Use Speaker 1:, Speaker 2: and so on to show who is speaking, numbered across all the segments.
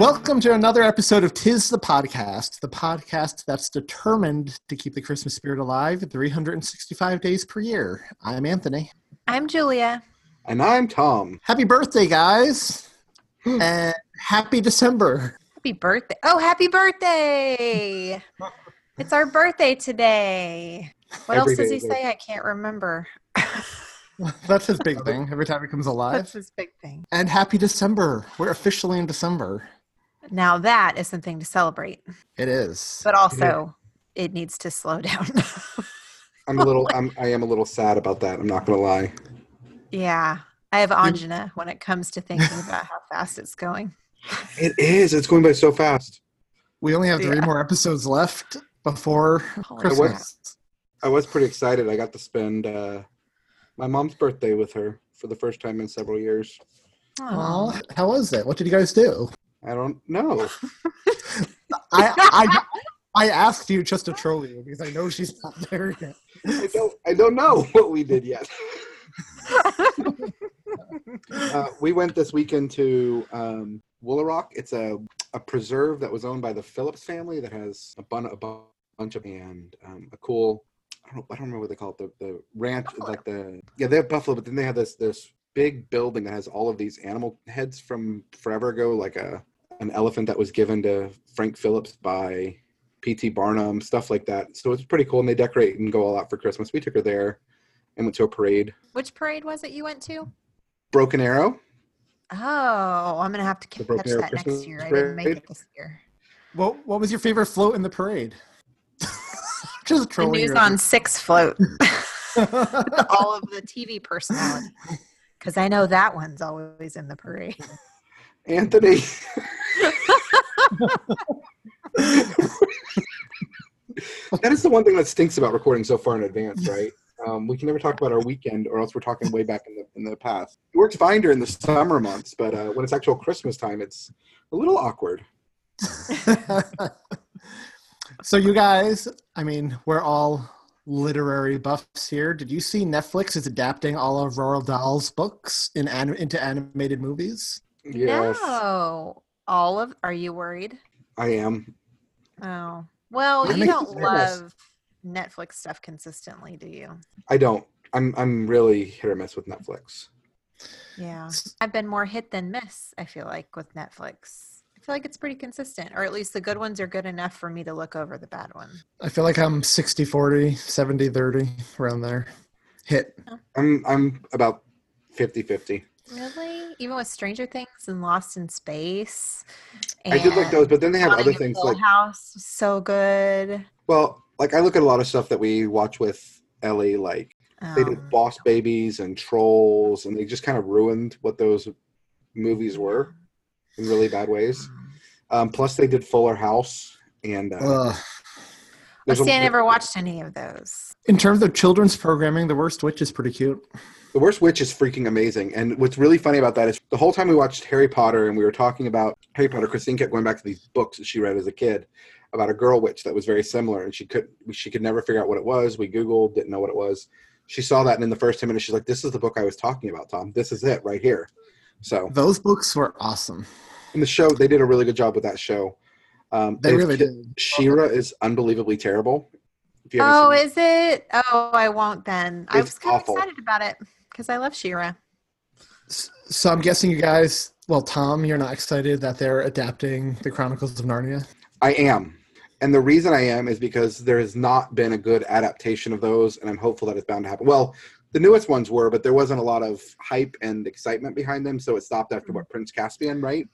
Speaker 1: Welcome to another episode of Tis the Podcast, the podcast that's determined to keep the Christmas spirit alive 365 days per year. I'm Anthony.
Speaker 2: I'm Julia.
Speaker 3: And I'm Tom.
Speaker 1: Happy birthday, guys.
Speaker 2: Hmm.
Speaker 1: and happy December.
Speaker 2: Happy birthday. Oh, happy birthday. it's our birthday today. What
Speaker 3: Every
Speaker 2: else does
Speaker 3: day
Speaker 2: he
Speaker 3: is our-
Speaker 2: say? I can't remember.
Speaker 1: That's his big thing every time he comes alive.
Speaker 2: That's his big thing.
Speaker 1: And happy December. We're officially in December.
Speaker 2: Now that is something to celebrate,
Speaker 1: It is.
Speaker 2: but also it needs to slow down.
Speaker 3: I'm a little. I'm, I am a little sad about that. I'm not gonna lie.
Speaker 2: yeah. I have angina when it comes to thinking about how fast it's going.
Speaker 3: It is. It's going by so fast.
Speaker 1: We only have three
Speaker 2: Yeah.
Speaker 1: more episodes left before
Speaker 2: Holy
Speaker 1: Christmas.
Speaker 3: I was pretty excited. I got to spend uh, my mom's birthday with her for the first time in several years.
Speaker 2: Aw.
Speaker 1: Aw, how was it? What did you guys do?
Speaker 3: I don't know.
Speaker 1: I, I, I asked you just to troll you because I know she's not there yet.
Speaker 3: I don't. I don't know what we did yet. uh, we went this weekend to um, Woolarock. It's a a preserve that was owned by the Phillips family that has a, bun- a bu- bunch of and um, a cool. I don't know. I don't remember what they call it. The, the ranch, like the yeah, they have buffalo, but then they have this this big building that has all of these animal heads from forever ago, like a an elephant that was given to Frank Phillips by P.T. Barnum, stuff like that. So it's pretty cool, and they decorate and go all out for Christmas. We took her there and went to a parade.
Speaker 2: Which parade was it you went to?
Speaker 3: Broken Arrow.
Speaker 2: Oh, I'm going to have to
Speaker 3: The
Speaker 2: catch
Speaker 3: Broken Arrow
Speaker 2: that next
Speaker 3: Christmas
Speaker 2: year. I didn't make
Speaker 3: parade?
Speaker 2: it this year.
Speaker 1: What What was your favorite float in the parade?
Speaker 2: The
Speaker 1: Just trolling.
Speaker 2: news
Speaker 1: you.
Speaker 2: on Six Float.
Speaker 1: I
Speaker 2: all of the TV personality. Because I know that one's always in the parade.
Speaker 3: Anthony. that is the one thing that stinks about recording so far in advance, right? Um, we can never talk about our weekend, or else we're talking way back in the in the past. It works fine during the summer months, but uh, when it's actual Christmas time, it's a little awkward.
Speaker 1: so you guys, I mean, we're all literary buffs here. Did you see Netflix is adapting all of Roald Dahl's books in anim- into animated movies?
Speaker 3: Yes,
Speaker 2: No. All of are you worried?
Speaker 3: I am.
Speaker 2: Oh. Well,
Speaker 3: That
Speaker 2: you
Speaker 3: makes
Speaker 2: don't
Speaker 3: me nervous.
Speaker 2: love Netflix stuff consistently, do you?
Speaker 3: I don't. I'm. I'm really hit or miss with Netflix.
Speaker 2: Yeah. I've been more hit than miss, I feel like, with Netflix. I feel like it's pretty consistent, or at least the good ones are good enough for me to look over the bad one.
Speaker 1: I feel like I'm 60 40, 70 30, around there. Hit.
Speaker 3: I'm. I'm about 50-50.
Speaker 2: Really? Even with Stranger Things and Lost in Space.
Speaker 3: I did like
Speaker 2: and
Speaker 3: those, but then they have
Speaker 2: Haunting
Speaker 3: other
Speaker 2: of
Speaker 3: things
Speaker 2: Hill
Speaker 3: like
Speaker 2: House was so good.
Speaker 3: Well, like I look at a lot of stuff that we watch with Ellie, like they
Speaker 2: Um,
Speaker 3: did Boss Babies and Trolls, and they just kind of ruined what those movies were in really bad ways. Um, plus, they did Fuller House, and uh,
Speaker 1: Ugh.
Speaker 2: I
Speaker 3: there's a-
Speaker 2: see. I never watched any of those.
Speaker 1: In terms of children's programming, The Worst Witch is pretty cute.
Speaker 3: The Worst Witch is freaking amazing. And what's really funny about that is the whole time we watched Harry Potter and we were talking about Harry Potter, Christine kept going back to these books that she read as a kid about a girl witch that was very similar, and she could she could never figure out what it was. We Googled, didn't know what it was. She saw that, and in the first ten minutes, she's like, "This is the book I was talking about, Tom. This is it right here." So
Speaker 1: Those books were awesome.
Speaker 3: in the show, they did a really good job with that show. Um,
Speaker 1: They
Speaker 3: and
Speaker 1: really
Speaker 3: it's-
Speaker 1: did.
Speaker 3: She-Ra is unbelievably terrible. If you haven't
Speaker 2: Oh,
Speaker 3: seen
Speaker 2: is it? Oh, I won't then. I
Speaker 3: It's
Speaker 2: was kind
Speaker 3: awful.
Speaker 2: of excited about it because I love Shira.
Speaker 1: S- So I'm guessing you guys, well, Tom, you're not excited that they're adapting the Chronicles of Narnia.
Speaker 3: I am. And the reason I am is because there has not been a good adaptation of those, and I'm hopeful that it's bound to happen. Well, the newest ones were, but there wasn't a lot of hype and excitement behind them, so it stopped after what Prince Caspian, right?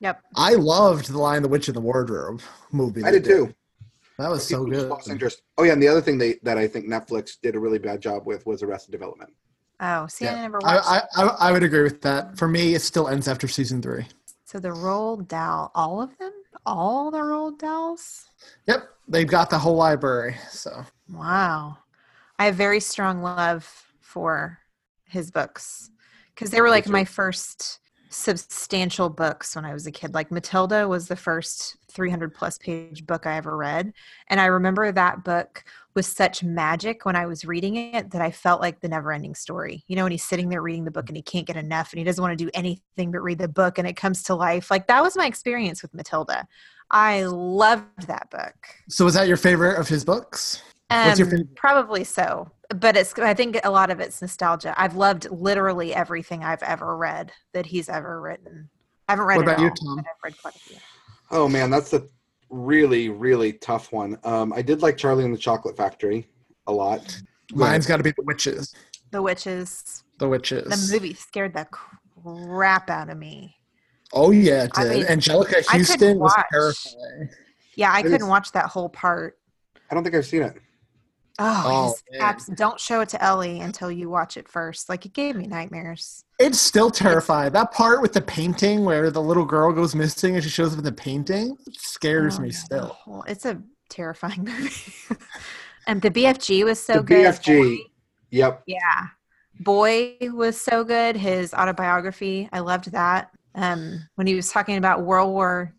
Speaker 2: Yep.
Speaker 1: I loved the Lion, the Witch, and the Wardrobe movie.
Speaker 3: I did too.
Speaker 1: That was so
Speaker 3: People just
Speaker 1: good.
Speaker 3: lost interest. Oh yeah, and the other thing they, that I think Netflix did a really bad job with was Arrested Development.
Speaker 2: Oh, see, I never watched.
Speaker 1: I, I, I, I would agree with that. For me, it still ends after season three.
Speaker 2: so the Roald Dahl, all of them, all the Roald Dahls.
Speaker 1: Yep, they've got the whole library. So
Speaker 2: Wow, I have very strong love for his books because they were like my first substantial books when I was a kid. Like Matilda was the first 300 plus page book I ever read. And I remember that book was such magic when I was reading it that I felt like the never ending story. You know, when he's sitting there reading the book and he can't get enough and he doesn't want to do anything but read the book and it comes to life. Like that was my experience with Matilda. I loved that book.
Speaker 1: so was that your favorite of his books?
Speaker 2: Um,
Speaker 1: What's your favorite?
Speaker 2: Probably so. But it's I think a lot of it's nostalgia. I've loved literally everything I've ever read that he's ever written. I haven't read
Speaker 3: What
Speaker 2: it
Speaker 3: about you,
Speaker 2: all,
Speaker 3: Tom?
Speaker 2: but I've read quite a few.
Speaker 3: Oh man, that's a really really tough one. Um, I did like Charlie and the Chocolate Factory a lot.
Speaker 1: Mine's got to be the witches.
Speaker 2: The Witches.
Speaker 1: The witches.
Speaker 2: The movie scared the crap out of me.
Speaker 1: Oh yeah, it did.
Speaker 2: I mean, I
Speaker 1: Angelica
Speaker 2: couldn't
Speaker 1: Houston was
Speaker 2: watch.
Speaker 1: terrifying.
Speaker 2: Yeah, I
Speaker 3: It
Speaker 2: couldn't
Speaker 3: is-
Speaker 2: watch that whole part.
Speaker 3: I don't think I've seen it.
Speaker 2: Oh,
Speaker 1: Oh,
Speaker 2: it is abs- don't show it to Ellie until you watch it first. Like it gave me nightmares.
Speaker 1: It's still terrifying. That part with the painting where the little girl goes missing and she shows up in the painting it scares
Speaker 2: Oh,
Speaker 1: me
Speaker 2: yeah, the
Speaker 1: still.
Speaker 2: whole- it's a terrifying movie. and the BFG was so
Speaker 3: the
Speaker 2: good.
Speaker 3: BFG. Yep.
Speaker 2: Yeah. Boy was so good. His autobiography, I loved that. Um, when he was talking about World War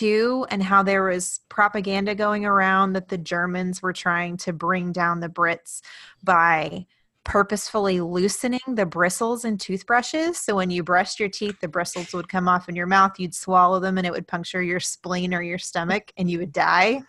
Speaker 2: II and how there was propaganda going around that the Germans were trying to bring down the Brits by purposefully loosening the bristles in toothbrushes. So when you brushed your teeth, the bristles would come off in your mouth, you'd swallow them, and it would puncture your spleen or your stomach, and you would die.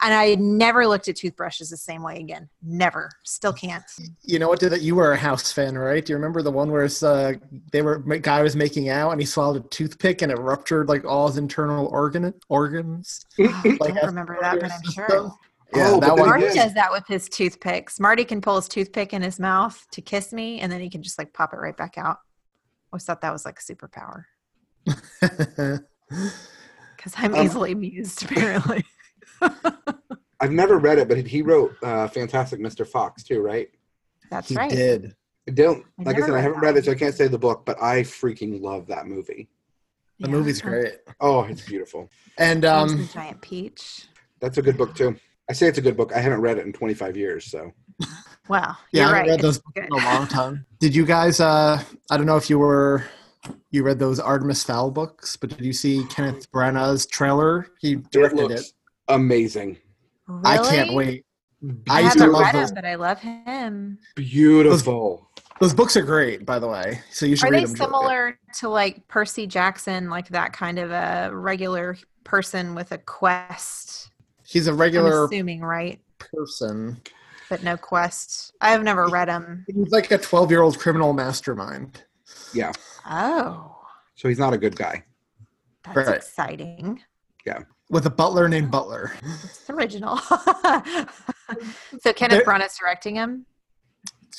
Speaker 2: And I never looked at toothbrushes the same way again. Never. Still can't.
Speaker 1: You know what did that? You were a House fan, right? Do you remember the one where it's, uh, they were ma- guy was making out and he swallowed a toothpick and it ruptured like all his internal organ organs?
Speaker 2: Oh, I
Speaker 1: Like,
Speaker 2: don't remember that, but I'm
Speaker 1: after-
Speaker 2: sure.
Speaker 1: Yeah,
Speaker 3: Oh, but
Speaker 1: that
Speaker 3: then
Speaker 1: one.
Speaker 2: Marty
Speaker 3: again-
Speaker 2: does that with his toothpicks. Marty can pull his toothpick in his mouth to kiss me, and then he can just like pop it right back out. I always thought that was like a superpower because I'm
Speaker 3: Um,
Speaker 2: easily amused, apparently.
Speaker 3: I've never read it, but he wrote uh, Fantastic Mr. Fox too, right?
Speaker 2: That's
Speaker 1: he
Speaker 2: right.
Speaker 1: did.
Speaker 3: I don't
Speaker 2: I've
Speaker 3: like I
Speaker 2: never
Speaker 3: said, I
Speaker 2: read
Speaker 3: haven't
Speaker 2: that
Speaker 3: read
Speaker 2: one.
Speaker 3: it, so I can't say the book, but I freaking love that movie.
Speaker 1: The
Speaker 2: Yeah.
Speaker 1: movie's great.
Speaker 3: Oh, it's beautiful.
Speaker 1: And
Speaker 2: James
Speaker 1: um,
Speaker 2: and the Giant Peach.
Speaker 3: That's a good book too. I say it's a good book. I haven't read it in 25 years, so
Speaker 2: Wow.
Speaker 1: yeah,
Speaker 2: you're
Speaker 1: I haven't
Speaker 2: right.
Speaker 1: read those
Speaker 2: it's
Speaker 1: books in
Speaker 2: good.
Speaker 1: a long time. Did you guys? Uh, I don't know if you were, you read those Artemis Fowl books, but did you see Kenneth Branagh's trailer? He directed it.
Speaker 3: looks amazing.
Speaker 2: Really?
Speaker 1: I can't wait.
Speaker 2: I,
Speaker 1: I used to
Speaker 2: haven't
Speaker 1: love
Speaker 2: read
Speaker 1: those.
Speaker 2: him, but I love him.
Speaker 3: Beautiful.
Speaker 1: Those books are great, by the way. So you should
Speaker 2: Are
Speaker 1: read
Speaker 2: they
Speaker 1: them. Julia.
Speaker 2: similar to like Percy Jackson, like that kind of a regular person with a quest?
Speaker 1: He's a
Speaker 2: I'm
Speaker 1: regular
Speaker 2: assuming, right?
Speaker 1: person.
Speaker 2: But no quest. I've never read them.
Speaker 1: He's like a twelve-year-old criminal mastermind.
Speaker 3: Yeah.
Speaker 2: Oh,
Speaker 3: So he's not a good guy.
Speaker 2: that's
Speaker 1: Right.
Speaker 2: exciting.
Speaker 1: with a butler named Butler.
Speaker 2: It's original. so
Speaker 1: There-
Speaker 2: Kenneth Branagh's directing him.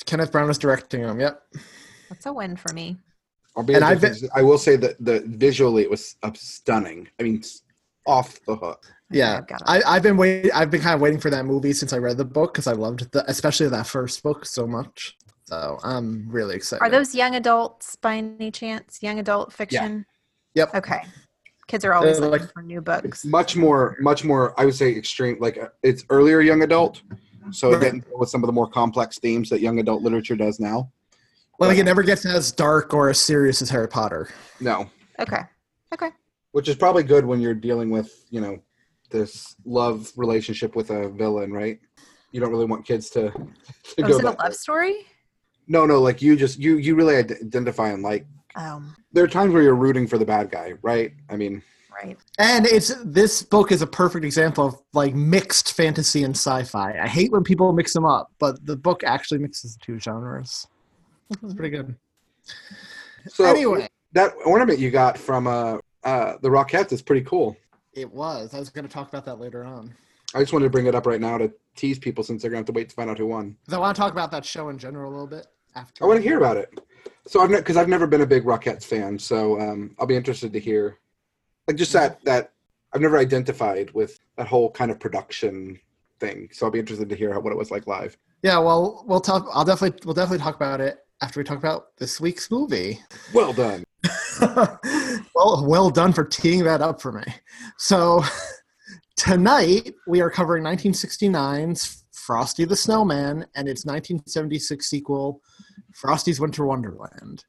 Speaker 1: Kenneth Brown is directing him. Yep.
Speaker 2: That's a win for me.
Speaker 3: I'll be
Speaker 1: And I
Speaker 3: interested to- I will say that the visually it was uh, stunning. I mean, s- off the hook.
Speaker 2: Okay,
Speaker 1: Yeah.
Speaker 2: I've got it.
Speaker 1: I, I've been waiting. I've been kind of waiting for that movie since I read the book because I loved the, especially that first book so much. So I'm really excited.
Speaker 2: Are those young adults by any chance? Young adult fiction?
Speaker 1: Yep.
Speaker 2: Okay. Kids are always
Speaker 1: They're
Speaker 2: looking
Speaker 1: like-
Speaker 2: for new books.
Speaker 3: much more much more i would say extreme like uh, it's earlier young adult so
Speaker 1: Right.
Speaker 3: it didn't deal with some of the more complex themes that young adult literature does now
Speaker 1: Like it never gets as dark or as serious as Harry Potter.
Speaker 3: no
Speaker 2: Okay. Okay.
Speaker 3: which is probably good when you're dealing with you know this love relationship with a villain right you don't really want kids to, to
Speaker 2: Oh,
Speaker 3: go
Speaker 2: is it a
Speaker 3: that
Speaker 2: love
Speaker 3: route.
Speaker 2: story?
Speaker 3: no no like you just you you really ide- identify and like
Speaker 2: Um,
Speaker 3: there are times where you're rooting for the bad guy right i mean
Speaker 2: right.
Speaker 1: And it's this book is a perfect example of like mixed fantasy and sci-fi. I hate when people mix them up, but the book actually mixes the two genres. It's pretty good.
Speaker 3: so
Speaker 1: anyway,
Speaker 3: that ornament you got from uh uh the rockettes is pretty cool
Speaker 1: it was. I was going to talk about that later on.
Speaker 3: I just wanted to bring it up right now to tease people since they're gonna have to wait to find out who won.
Speaker 1: Because I want to talk about that show in general a little bit after.
Speaker 3: I want to hear about it. So I've because I've never been a big Rockettes fan, so um, I'll be interested to hear, like just that that I've never identified with that whole kind of production thing. So I'll be interested to hear how, what it was like live.
Speaker 1: Yeah, well, we'll talk. I'll definitely we'll definitely talk about it after we talk about this week's movie.
Speaker 3: Well done.
Speaker 1: well, well done for teeing that up for me. So tonight we are covering 1969's Frosty the Snowman and its 1976 sequel, Frosty's Winter Wonderland.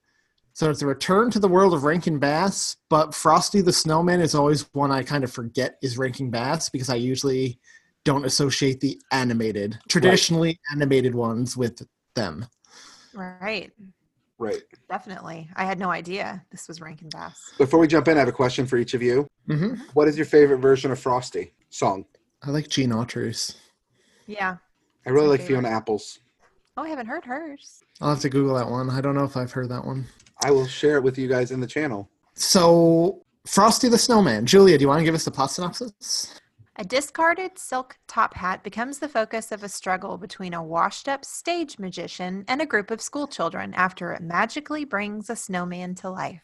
Speaker 1: So it's a return to the world of Rankin Bass, but Frosty the Snowman is always one I kind of forget is Rankin Bass because I usually don't associate the animated, traditionally right. animated ones with them.
Speaker 2: Right.
Speaker 3: Right.
Speaker 2: Definitely. I had no idea this was Rankin Bass.
Speaker 3: Before we jump in, I have a question for each of you.
Speaker 1: Mm-hmm.
Speaker 3: What is your favorite version of Frosty song?
Speaker 1: I like Gene Autry's.
Speaker 2: Yeah.
Speaker 3: I really like favorite. Fiona Apple's.
Speaker 2: Oh, I haven't heard hers.
Speaker 1: I'll have to Google that one. I don't know if I've heard that one.
Speaker 3: I will share it with you guys in the channel.
Speaker 1: So, Frosty the Snowman. Julia, do you want to give us the plot synopsis?
Speaker 2: A discarded silk top hat becomes the focus of a struggle between a washed up stage magician and a group of school children after it magically brings a snowman to life.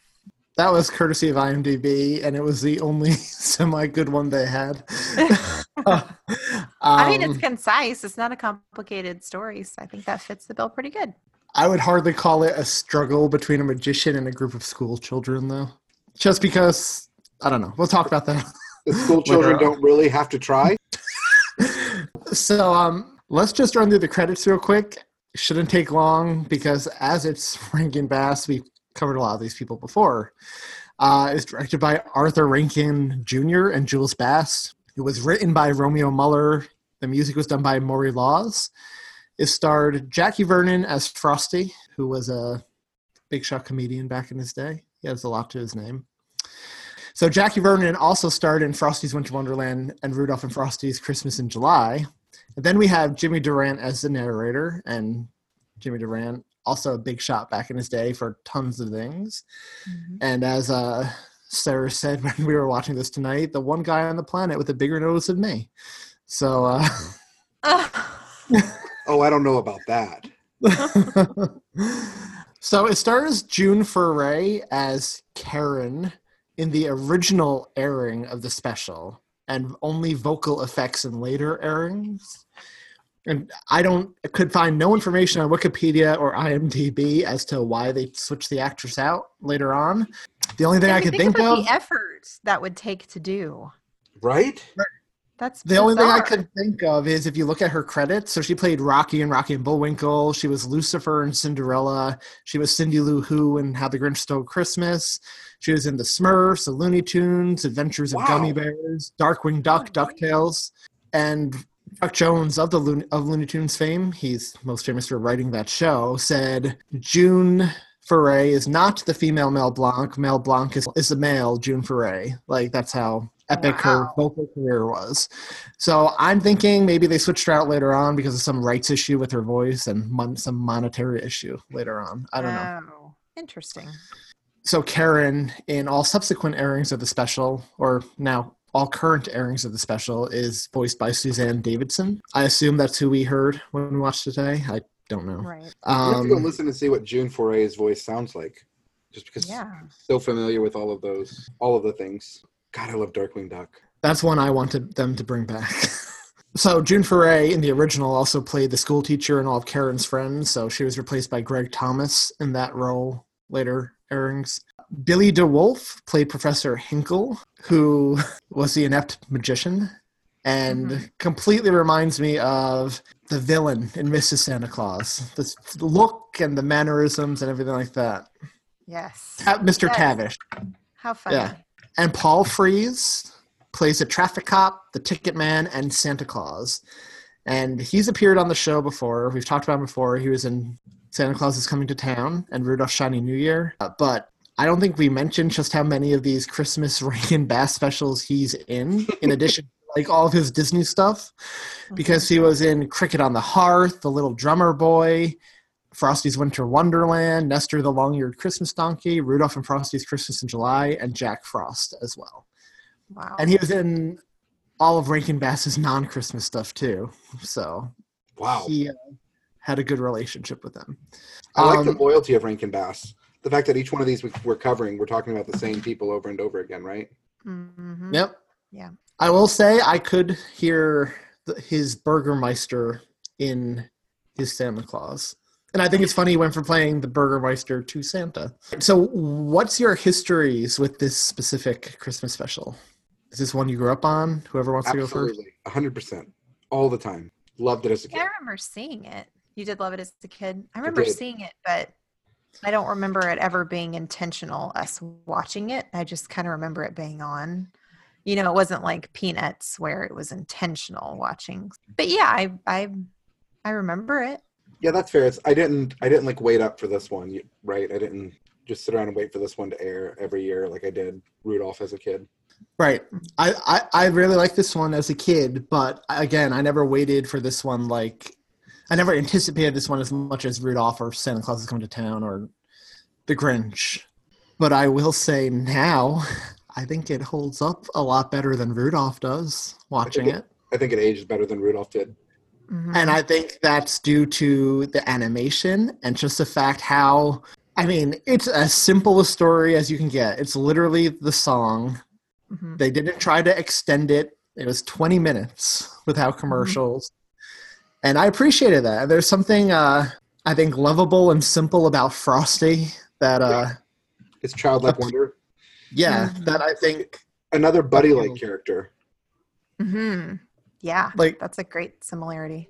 Speaker 1: That was courtesy of IMDb, and it was the only semi good one they had. Uh, um,
Speaker 2: um, I mean, it's concise, it's not a complicated story, so I think that fits the bill pretty good.
Speaker 1: I would hardly call it a struggle between a magician and a group of school children, though, just because I don't know. We'll talk about that.
Speaker 3: the school children don't really have to try.
Speaker 1: so um, let's just run through the credits real quick. Shouldn't take long because as it's Rankin Bass, we've covered a lot of these people before. Uh, it's directed by Arthur Rankin Jr. and Jules Bass. It was written by Romeo Muller. The music was done by Maury Laws. It starred Jackie Vernon as Frosty, who was a big shot comedian back in his day. He has a lot to his name. So Jackie Vernon also starred in Frosty's Winter Wonderland and Rudolph and Frosty's Christmas in July. And then we have Jimmy Durant as the narrator, and Jimmy Durant also a big shot back in his day for tons of things. Mm-hmm. And as uh, Sarah said when we were watching this tonight, the one guy on the planet with a bigger nose than me. So. Uh,
Speaker 3: oh, I don't know about
Speaker 1: that. so it stars June Foray as Karen in the original airing of the special and only vocal effects in later airings. And I don't could find no information on Wikipedia or IMDb as to why they switched the actress out later on. The only thing I, I could think, think of
Speaker 2: the effort that would take to do.
Speaker 3: Right?
Speaker 2: That's
Speaker 1: the bizarre. only thing I could think of is if you look at her credits. So she played Rocky and Rocky and Bullwinkle. She was Lucifer and Cinderella. She was Cindy Lou Who and How the Grinch Stole Christmas. She was in The Smurfs, The Looney Tunes, Adventures of wow. Gummy Bears, Darkwing Duck, oh, Ducktales, and Chuck Jones of the Looney, of Looney Tunes fame. He's most famous for writing that show. Said June Foray is not the female Mel Blanc. Mel Blanc is is the male June Foray. Like that's how epic wow. her vocal career was. So I'm thinking maybe they switched her out later on because of some rights issue with her voice and mon- some monetary issue later on. I don't oh, know.
Speaker 2: Interesting.
Speaker 1: So Karen, in all subsequent airings of the special, or now all current airings of the special, is voiced by Suzanne Davidson. I assume that's who we heard when we watched today. I don't know.
Speaker 2: Right.
Speaker 3: Um, we have to go listen and see what June Foray's voice sounds like, just because yeah. I'm so familiar with all of those, all of the things. God, I love Darkwing Duck.
Speaker 1: That's one I wanted them to bring back. so June Foray in the original also played the school teacher and all of Karen's friends, so she was replaced by Greg Thomas in that role later airings. Billy DeWolf played Professor Hinkle, who was the inept magician, and mm-hmm. completely reminds me of the villain in Mrs. Santa Claus. This, the look and the mannerisms and everything like that.
Speaker 2: Yes.
Speaker 1: Uh, Mr. Yes. Tavish.
Speaker 2: How funny. Yeah.
Speaker 1: And Paul Frees plays a traffic cop, the ticket man, and Santa Claus. And he's appeared on the show before. We've talked about him before. He was in Santa Claus is Coming to Town and Rudolph Shiny New Year. Uh, but I don't think we mentioned just how many of these Christmas Rankin Bass specials he's in, in addition to like all of his Disney stuff, because he was in Cricket on the Hearth, The Little Drummer Boy, Frosty's Winter Wonderland, Nestor the Long-Eared Christmas Donkey, Rudolph and Frosty's Christmas in July, and Jack Frost as well.
Speaker 2: Wow.
Speaker 1: And he was in all of Rankin Bass's non-Christmas stuff too. So
Speaker 3: wow,
Speaker 1: he uh, had a good relationship with Um, them.
Speaker 3: I like the loyalty of Rankin Bass. The fact that each one of these we- we're covering, we're talking about the same people over and over again, right?
Speaker 2: Mm-hmm.
Speaker 1: Yep.
Speaker 2: Yeah.
Speaker 1: I will say I could hear the, his Burgermeister in his Santa Claus. And I think it's funny he went from playing the Burgermeister to Santa. So, what's your histories with this specific Christmas special? Is this one you grew up on? Whoever wants to go
Speaker 3: Absolutely, hundred percent, all the time. Loved it as a
Speaker 2: Yeah,
Speaker 3: kid.
Speaker 2: I remember seeing it. You did love it as a kid. I remember
Speaker 3: did.
Speaker 2: seeing it, but I don't remember it ever being intentional, us watching it. I just kind of remember it being on. You know, it wasn't like Peanuts where it was intentional watching. But yeah, I I I remember it.
Speaker 3: Yeah, that's fair. It's, I didn't. I didn't like wait up for this one, you- right? I didn't just sit around and wait for this one to air every year like I did Rudolph as a kid.
Speaker 1: Right. I, I, I really liked this one as a kid, but again, I never waited for this one like I never anticipated this one as much as Rudolph or Santa Claus is coming to town or the Grinch. But I will say now, I think it holds up a lot better than Rudolph does watching it.
Speaker 3: I think it aged better than Rudolph did.
Speaker 2: Mm-hmm.
Speaker 1: And I think that's due to the animation and just the fact how, I mean, it's as simple a story as you can get. It's literally the song.
Speaker 2: Mhm.
Speaker 1: They didn't try to extend it, it was 20 minutes without commercials. And I appreciated that. There's something, uh, I think, lovable and simple about Frosty that, uh,
Speaker 3: It's childlike wonder.
Speaker 1: yeah, that I think
Speaker 3: Another buddy like character.
Speaker 2: Mm-hmm. Yeah.
Speaker 1: Like-
Speaker 2: that's a great similarity.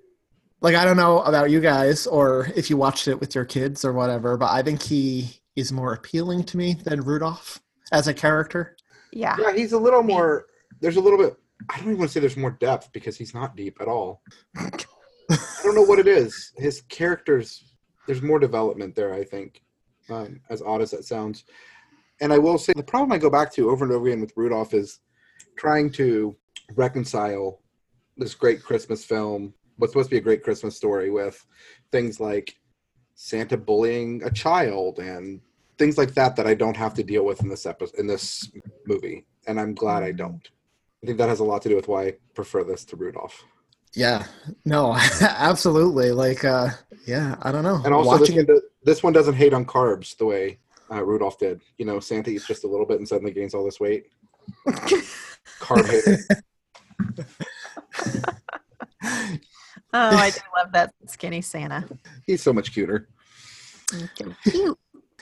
Speaker 1: like I don't know about you guys or if you watched it with your kids or whatever, but I think he is more appealing to me than Rudolph as a character.
Speaker 2: Yeah.
Speaker 3: Yeah, he's a little more. There's a little bit. I don't even want to say there's more depth because he's not deep at all. I don't know what it is. His characters. There's more development there. I think, um, as odd as that sounds. And I will say the problem I go back to over and over again with Rudolph is trying to reconcile this great Christmas film, what's supposed to be a great Christmas story, with things like Santa bullying a child and things like that that I don't have to deal with in this episode in this movie, and I'm glad
Speaker 1: Mm.
Speaker 3: I don't. I think that has a lot to do with why I prefer this to Rudolph.
Speaker 1: Yeah. No, absolutely. Like uh yeah, I don't know.
Speaker 3: And also, this
Speaker 1: Watching
Speaker 3: one,
Speaker 1: it
Speaker 3: do- this one doesn't hate on carbs the way uh, Rudolph did. You know, Santa eats just a little bit and suddenly gains all this weight. Carb hater.
Speaker 2: Oh, I do love that skinny Santa.
Speaker 3: He's so much cuter.
Speaker 2: Cute.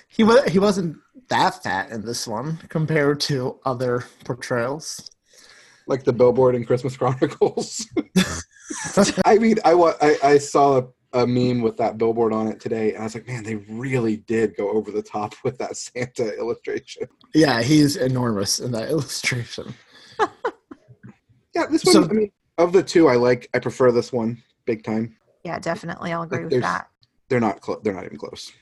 Speaker 1: he was he wasn't that fat in this one compared to other portrayals.
Speaker 3: like the billboard in Christmas Chronicles. I mean, I, wa- I I saw a, a meme with that billboard on it today, and I was like, man, they really did go over the top with that Santa illustration.
Speaker 1: Yeah, he's enormous in that illustration.
Speaker 3: Yeah, this one.
Speaker 1: So-
Speaker 3: I mean, of the two, I like, I prefer this one big time.
Speaker 2: Yeah, definitely. I'll agree with
Speaker 3: There's-
Speaker 2: that.
Speaker 3: They're not close. They're not even close.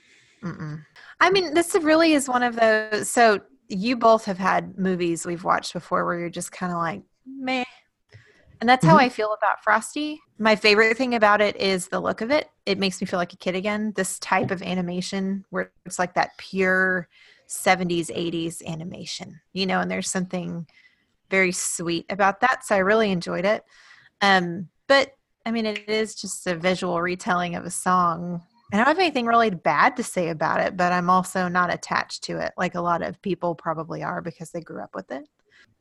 Speaker 2: Mm-mm. I mean, this really is one of those. So you both have had movies we've watched before where you're just kind of like, meh. And that's how I feel about Frosty. My favorite thing about it is the look of it. It makes me feel like a kid again. This type of animation where it's like that pure 70s, 80s animation, you know, and there's something very sweet about that. So I really enjoyed it. Um, but I mean, it is just a visual retelling of a song I don't have anything really bad to say about it, but I'm also not attached to it like a lot of people probably are because they grew up with it.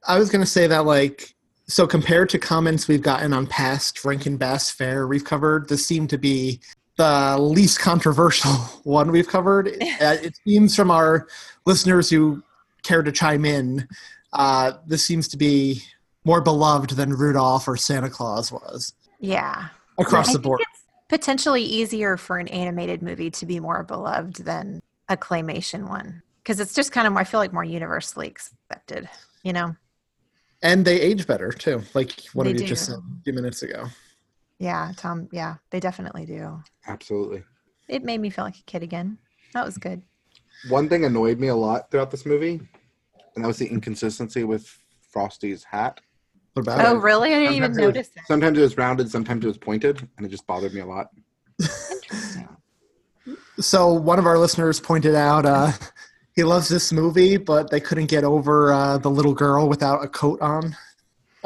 Speaker 1: I was gonna say that like so compared to comments we've gotten on past Rankin Bass Fair we've covered, this seemed to be the least controversial one we've covered. Uh, it seems from our listeners who care to chime in, uh, this seems to be more beloved than Rudolph or Santa Claus was
Speaker 2: Yeah.
Speaker 1: across
Speaker 2: I
Speaker 1: the
Speaker 2: think
Speaker 1: board.
Speaker 2: it's potentially easier for an animated movie to be more beloved than a claymation one because it's just kind of, I feel like, more universally accepted, you know?
Speaker 1: And they age better too, like what
Speaker 2: They
Speaker 1: did you
Speaker 2: do.
Speaker 1: just said a few minutes ago.
Speaker 2: Yeah, Tom. Yeah, they definitely do.
Speaker 3: Absolutely.
Speaker 2: It made me feel like a kid again. That was good.
Speaker 3: One thing annoyed me a lot throughout this movie, and that was the inconsistency with Frosty's hat.
Speaker 1: What about
Speaker 2: Oh,
Speaker 1: it?
Speaker 2: really? I didn't even
Speaker 3: Sometimes it was-
Speaker 2: notice that.
Speaker 3: Sometimes it was rounded, sometimes it was pointed, and it just bothered me a lot.
Speaker 2: Interesting.
Speaker 1: So one of our listeners pointed out uh, he loves this movie, but they couldn't get over uh, the little girl without a coat on.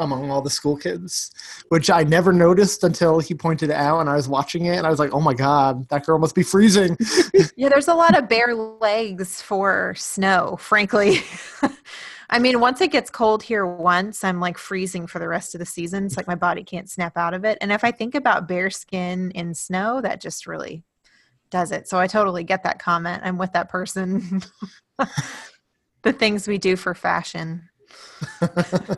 Speaker 1: among all the school kids, which I never noticed until he pointed it out and I was watching it and I was like, oh my God, that girl must be freezing.
Speaker 2: yeah, there's a lot of bare legs for snow, frankly. I mean, once it gets cold here once, I'm like freezing for the rest of the season. It's like my body can't snap out of it. And if I think about bare skin in snow, that just really does it. So I totally get that comment. I'm with that person. the things we do for fashion.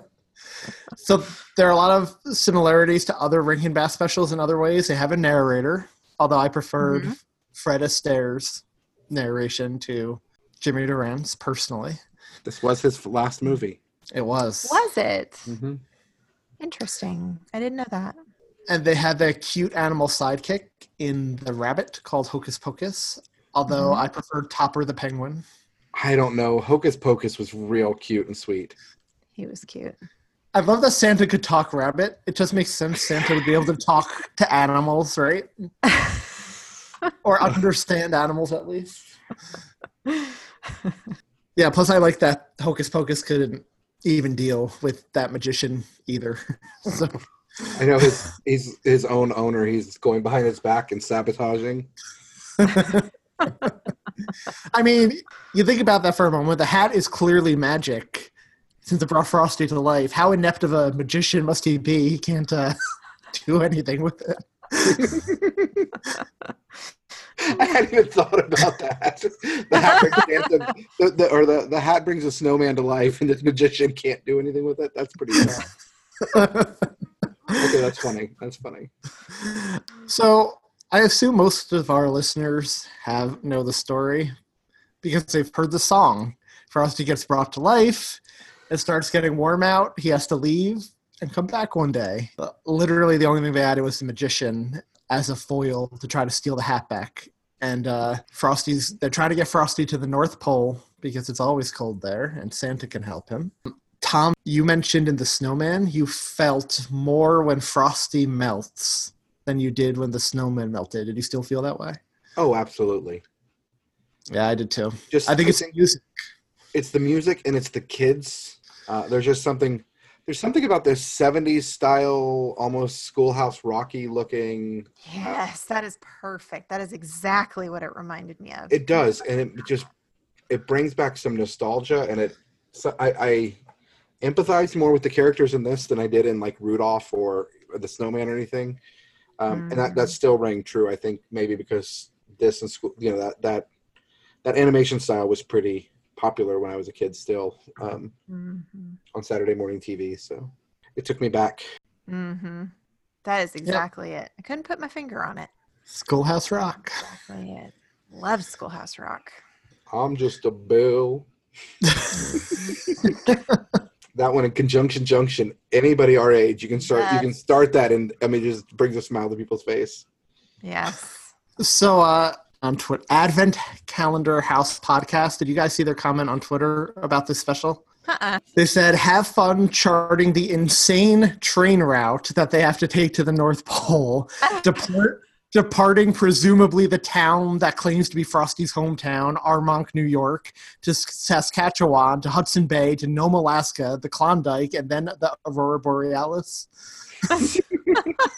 Speaker 1: so there are a lot of similarities to other Rankin Bass specials in other ways. They have a narrator, although I preferred mm-hmm. Fred Astaire's narration to Jimmy Durant's personally.
Speaker 3: This was his last movie.
Speaker 1: It was.
Speaker 2: Was it? Mm-hmm. Interesting. I didn't know that.
Speaker 1: And they had the cute animal sidekick in the rabbit called Hocus Pocus, although mm-hmm. I preferred Topper the penguin.
Speaker 3: I don't know. Hocus Pocus was real cute and sweet.
Speaker 2: He was cute.
Speaker 1: I love that Santa could talk rabbit. It just makes sense Santa would be able to talk to animals, right? or understand animals at least. yeah, plus I like that Hocus Pocus couldn't even deal with that magician either. so
Speaker 3: I know his he's his own owner. He's going behind his back and sabotaging.
Speaker 1: I mean, you think about that for a moment. The hat is clearly magic since it brought Frosty to life. How inept of a magician must he be? He can't uh, do anything with
Speaker 3: it. I hadn't even thought about that. The hat brings Santa, the, the, or the, the hat brings a snowman to life, and this magician can't do anything with it. That's pretty. okay, that's funny. That's funny.
Speaker 1: So I assume most of our listeners have know the story because they've heard the song. Frosty gets brought to life. It starts getting warm out. He has to leave and come back one day. But literally, the only thing they added was the magician as a foil to try to steal the hat back. And uh, Frosty's, they're trying to get Frosty to the North Pole because it's always cold there and Santa can help him. Tom, you mentioned in The Snowman, you felt more when Frosty melts than you did when the snowman melted. Did you still feel that way?
Speaker 3: Oh, absolutely.
Speaker 1: Yeah, I did too. Just I think it's the music.
Speaker 3: It's the music and it's the kids. Uh, there's just something. There's something about this '70s style, almost schoolhouse Rocky looking.
Speaker 2: Yes, uh, that is perfect. That is exactly what it reminded me of.
Speaker 3: It does, and it just it brings back some nostalgia, and it. So I, I empathize more with the characters in this than I did in like Rudolph or the Snowman or anything. Um, and that, that still rang true. I think maybe because this and school, you know, that that that animation style was pretty popular when I was a kid, still um, mm-hmm. on Saturday morning TV. So it took me back.
Speaker 2: Mm-hmm. That is exactly yep. it. I couldn't put my finger on it.
Speaker 1: Schoolhouse Rock.
Speaker 2: Exactly it. Love Schoolhouse Rock.
Speaker 3: I'm just a bill. that one in conjunction junction anybody our age you can start yes. you can start that and i mean just brings a smile to people's face
Speaker 2: yes
Speaker 1: so uh on twitter advent calendar house podcast did you guys see their comment on twitter about this special
Speaker 2: uh-uh.
Speaker 1: they said have fun charting the insane train route that they have to take to the north pole Depart- departing presumably the town that claims to be Frosty's hometown, Armonk, New York, to Saskatchewan, to Hudson Bay, to Nome, Alaska, the Klondike, and then the Aurora Borealis.
Speaker 2: it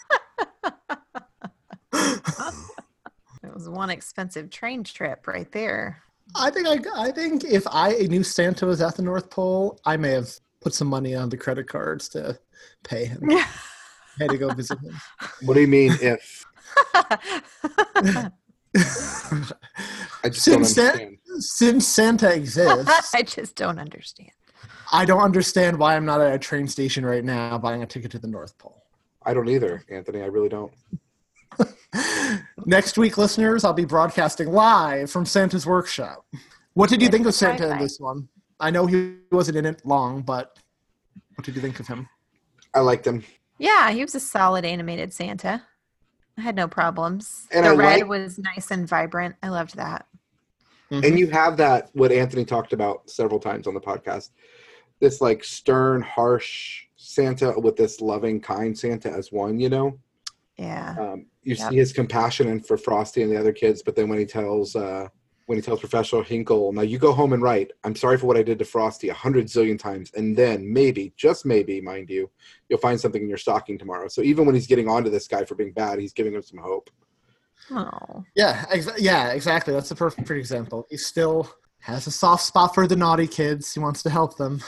Speaker 2: was one expensive train trip right there.
Speaker 1: I think I, I think if I knew Santa was at the North Pole, I may have put some money on the credit cards to pay him. I had to go visit him.
Speaker 3: What do you mean if
Speaker 1: since, San- since Santa exists,
Speaker 2: I just don't understand.
Speaker 1: I don't understand why I'm not at a train station right now buying a ticket to the North Pole.
Speaker 3: I don't either, Anthony. I really don't.
Speaker 1: Next week, listeners, I'll be broadcasting live from Santa's workshop. What did you it's think of Santa in this one? I know he wasn't in it long, but what did you think of him?
Speaker 3: I liked him.
Speaker 2: Yeah, he was a solid animated Santa. I had no problems. And the I red like, was nice and vibrant. I loved that.
Speaker 3: Mm-hmm. And you have that what Anthony talked about several times on the podcast. This like stern, harsh Santa with this loving, kind Santa as one, you know?
Speaker 2: Yeah.
Speaker 3: Um, you yep. see his compassion and for Frosty and the other kids, but then when he tells uh when he tells Professor Hinkle, "Now you go home and write. I'm sorry for what I did to Frosty a hundred zillion times, and then maybe, just maybe, mind you, you'll find something in your stocking tomorrow." So even when he's getting onto this guy for being bad, he's giving him some hope.
Speaker 2: Oh.
Speaker 1: Yeah, ex- yeah, exactly. That's a perfect example. He still has a soft spot for the naughty kids. He wants to help them.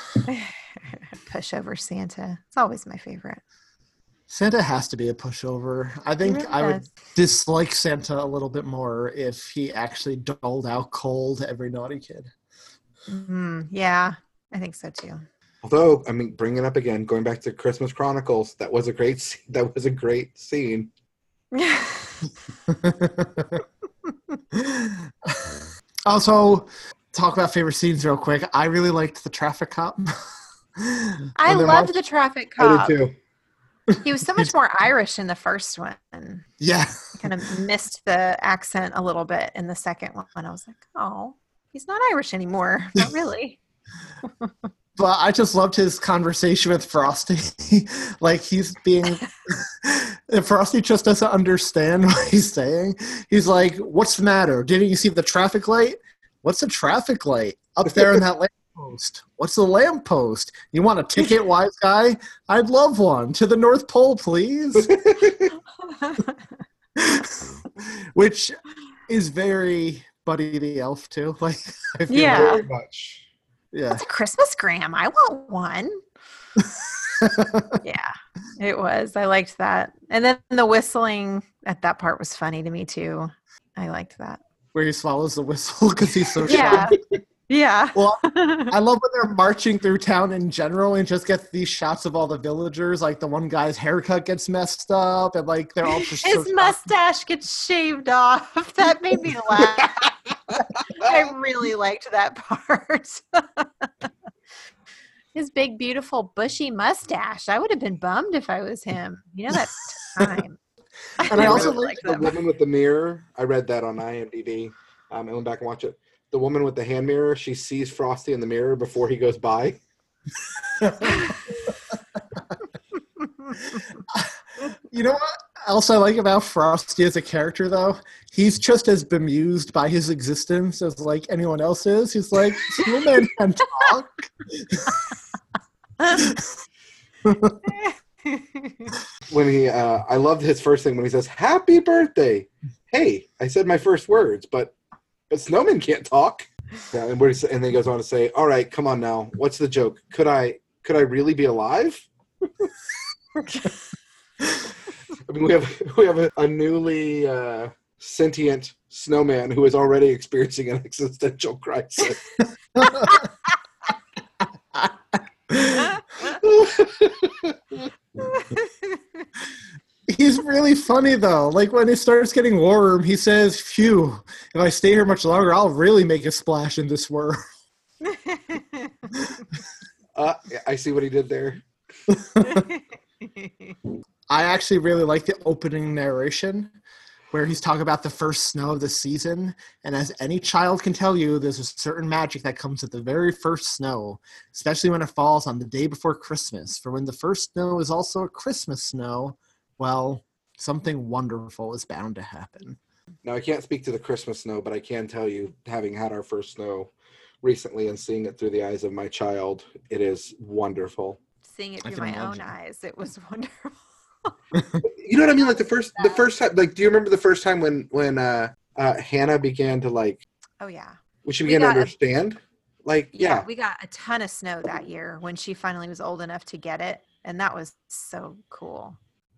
Speaker 2: pushover Santa. It's always my favorite.
Speaker 1: Santa has to be a pushover. I think
Speaker 2: really
Speaker 1: I would
Speaker 2: does.
Speaker 1: dislike Santa a little bit more if he actually doled out coal to every naughty kid.
Speaker 2: Mhm. yeah, I think so too.
Speaker 3: Although, I mean, bringing it up again, going back to Christmas Chronicles, that was a great, sc- that was a great scene.
Speaker 1: Also, talk about favorite scenes real quick. I really liked the traffic cop.
Speaker 2: I loved the traffic cop.
Speaker 1: too.
Speaker 2: He was so much more Irish in the first one. I
Speaker 1: Yeah.
Speaker 2: kind of missed the accent a little bit in the second one. I was like, oh, he's not Irish anymore. Not really.
Speaker 1: But I just loved his conversation with Frosty. like he's being and Frosty just doesn't understand what he's saying. He's like, What's the matter? Didn't you see the traffic light? What's a traffic light? Up there in that lamppost. What's the lamppost? You want a ticket, wise guy? I'd love one. To the North Pole, please. Which is very Buddy the Elf too. Like I feel
Speaker 2: Yeah.
Speaker 1: like-
Speaker 3: Very much.
Speaker 1: yeah.
Speaker 2: That's a Christmas gram. I want one. yeah, it was. I liked that. And then the whistling at that part was funny to me too. I liked that.
Speaker 1: where he swallows the whistle because he's so
Speaker 2: Yeah.
Speaker 1: yeah.
Speaker 2: Yeah.
Speaker 1: Well, I love when they're marching through town in general and just get these shots of all the villagers. Like the one guy's haircut gets messed up, and like they're all just so
Speaker 2: His mustache gets shaved off. That made me laugh. I really liked that part. His big, beautiful, bushy mustache. I would have been bummed if I was him. You know that time.
Speaker 1: And I also
Speaker 2: really
Speaker 1: like
Speaker 2: liked
Speaker 3: The
Speaker 2: that part.
Speaker 3: woman with the mirror. I read that on IMDb. Um, I went back and watched it. The woman with the hand mirror. She sees Frosty in the mirror before he goes by.
Speaker 1: You know what else I like about Frosty as a character, though? He's just as bemused by his existence as like anyone else is. He's like, human can talk.
Speaker 3: When he, uh, I loved his first thing when he says "Happy birthday." Hey, I said my first words, but but snowmen can't talk. Yeah, and, where he, sa- and then he goes on to say, "All right, come on now. What's the joke? Could I could I really be alive?" I mean, we have we have a, a newly uh, sentient snowman who is already experiencing an existential crisis.
Speaker 1: He's really funny though. Like when it starts getting warm, he says, "Phew! If I stay here much longer, I'll really make a splash in this world."
Speaker 3: Uh, I see what he did there.
Speaker 1: I actually really like the opening narration where he's talking about the first snow of the season. And as any child can tell you, there's a certain magic that comes at the very first snow, especially when it falls on the day before Christmas. For when the first snow is also a Christmas snow, well, something wonderful is bound to happen.
Speaker 3: Now I can't speak to the Christmas snow, but I can tell you, having had our first snow recently and seeing it through the eyes of my child, it is wonderful.
Speaker 2: Seeing it
Speaker 1: I
Speaker 2: through my
Speaker 1: can
Speaker 2: own
Speaker 1: imagine.
Speaker 2: eyes, it was wonderful.
Speaker 3: You know what I mean? Like the first, the first time. Like, do you remember the first time when when uh, uh, Hannah began to like
Speaker 2: Oh yeah.
Speaker 3: when she
Speaker 2: We
Speaker 3: began to
Speaker 2: got a-
Speaker 3: understand? Like,
Speaker 2: yeah,
Speaker 3: yeah,
Speaker 2: we got a ton of snow that year when she finally was old enough to get it and that was so cool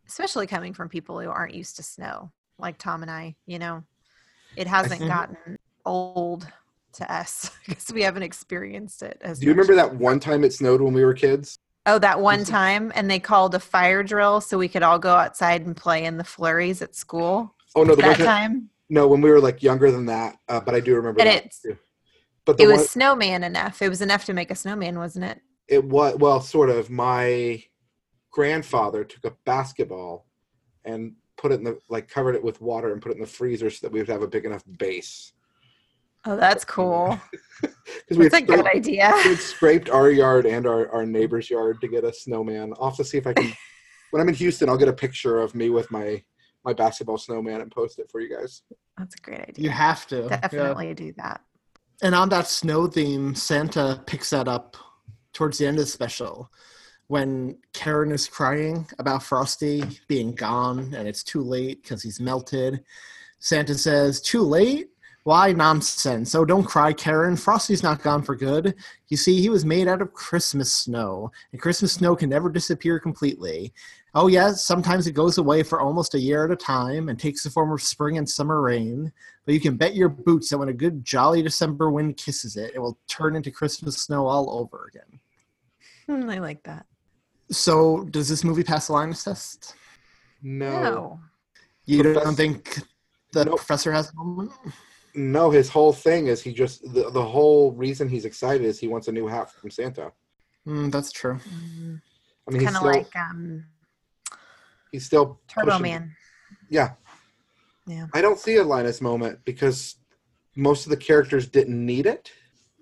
Speaker 2: especially coming from people who aren't used to snow like tom and i you know it hasn't
Speaker 1: think-
Speaker 2: gotten old to us because we haven't experienced it as
Speaker 3: do you
Speaker 2: much.
Speaker 3: remember that one time it snowed when we were kids?
Speaker 2: oh that one time and they called a fire drill so we could all go outside and play in the flurries at school
Speaker 3: Oh no, the
Speaker 2: that
Speaker 3: one time,
Speaker 2: time
Speaker 3: no, when we were like younger than that. Uh, but I do remember
Speaker 2: And
Speaker 3: that.
Speaker 2: it's-
Speaker 3: too. But the
Speaker 2: it was
Speaker 3: one,
Speaker 2: snowman enough it was enough to make a snowman wasn't it
Speaker 3: it was well, sort of. My grandfather took a basketball and put it in the like covered it with water and put it in the freezer so that we would have a big enough base
Speaker 2: oh that's cool
Speaker 3: because we, had
Speaker 2: that's a good
Speaker 3: scraped-
Speaker 2: idea
Speaker 3: we had scraped our yard and our, our neighbor's yard to get a snowman. I'll have to see if I can. when I'm in Houston, I'll get a picture of me with my my basketball snowman and post it for you guys.
Speaker 2: That's a great idea.
Speaker 1: You have to
Speaker 2: definitely yeah. do that.
Speaker 1: And on that snow theme, Santa picks that up towards the end of the special when Karen is crying about Frosty being gone and it's too late because he's melted. Santa says, Too late? Why nonsense? So oh, don't cry, Karen. Frosty's not gone for good. You see, he was made out of Christmas snow, and Christmas snow can never disappear completely. Oh, yes, yeah, sometimes it goes away for almost a year at a time and takes the form of spring and summer rain, but you can bet your boots that when a good, jolly December wind kisses it, it will turn into Christmas snow all over again.
Speaker 2: Mm, I like that.
Speaker 1: So, does this movie pass the Linus test?
Speaker 3: No.
Speaker 2: Oh.
Speaker 3: no.
Speaker 1: You Professor- don't think the nope. professor has a moment?
Speaker 3: No, his whole thing is he just the, the whole reason he's excited is he wants a new hat from Santa.
Speaker 1: Mm, that's true.
Speaker 2: Mm. I mean, kind of like um,
Speaker 3: he's still
Speaker 2: Turbo pushing. Man.
Speaker 3: Yeah,
Speaker 2: yeah.
Speaker 3: I don't see a Linus moment because most of the characters didn't need it.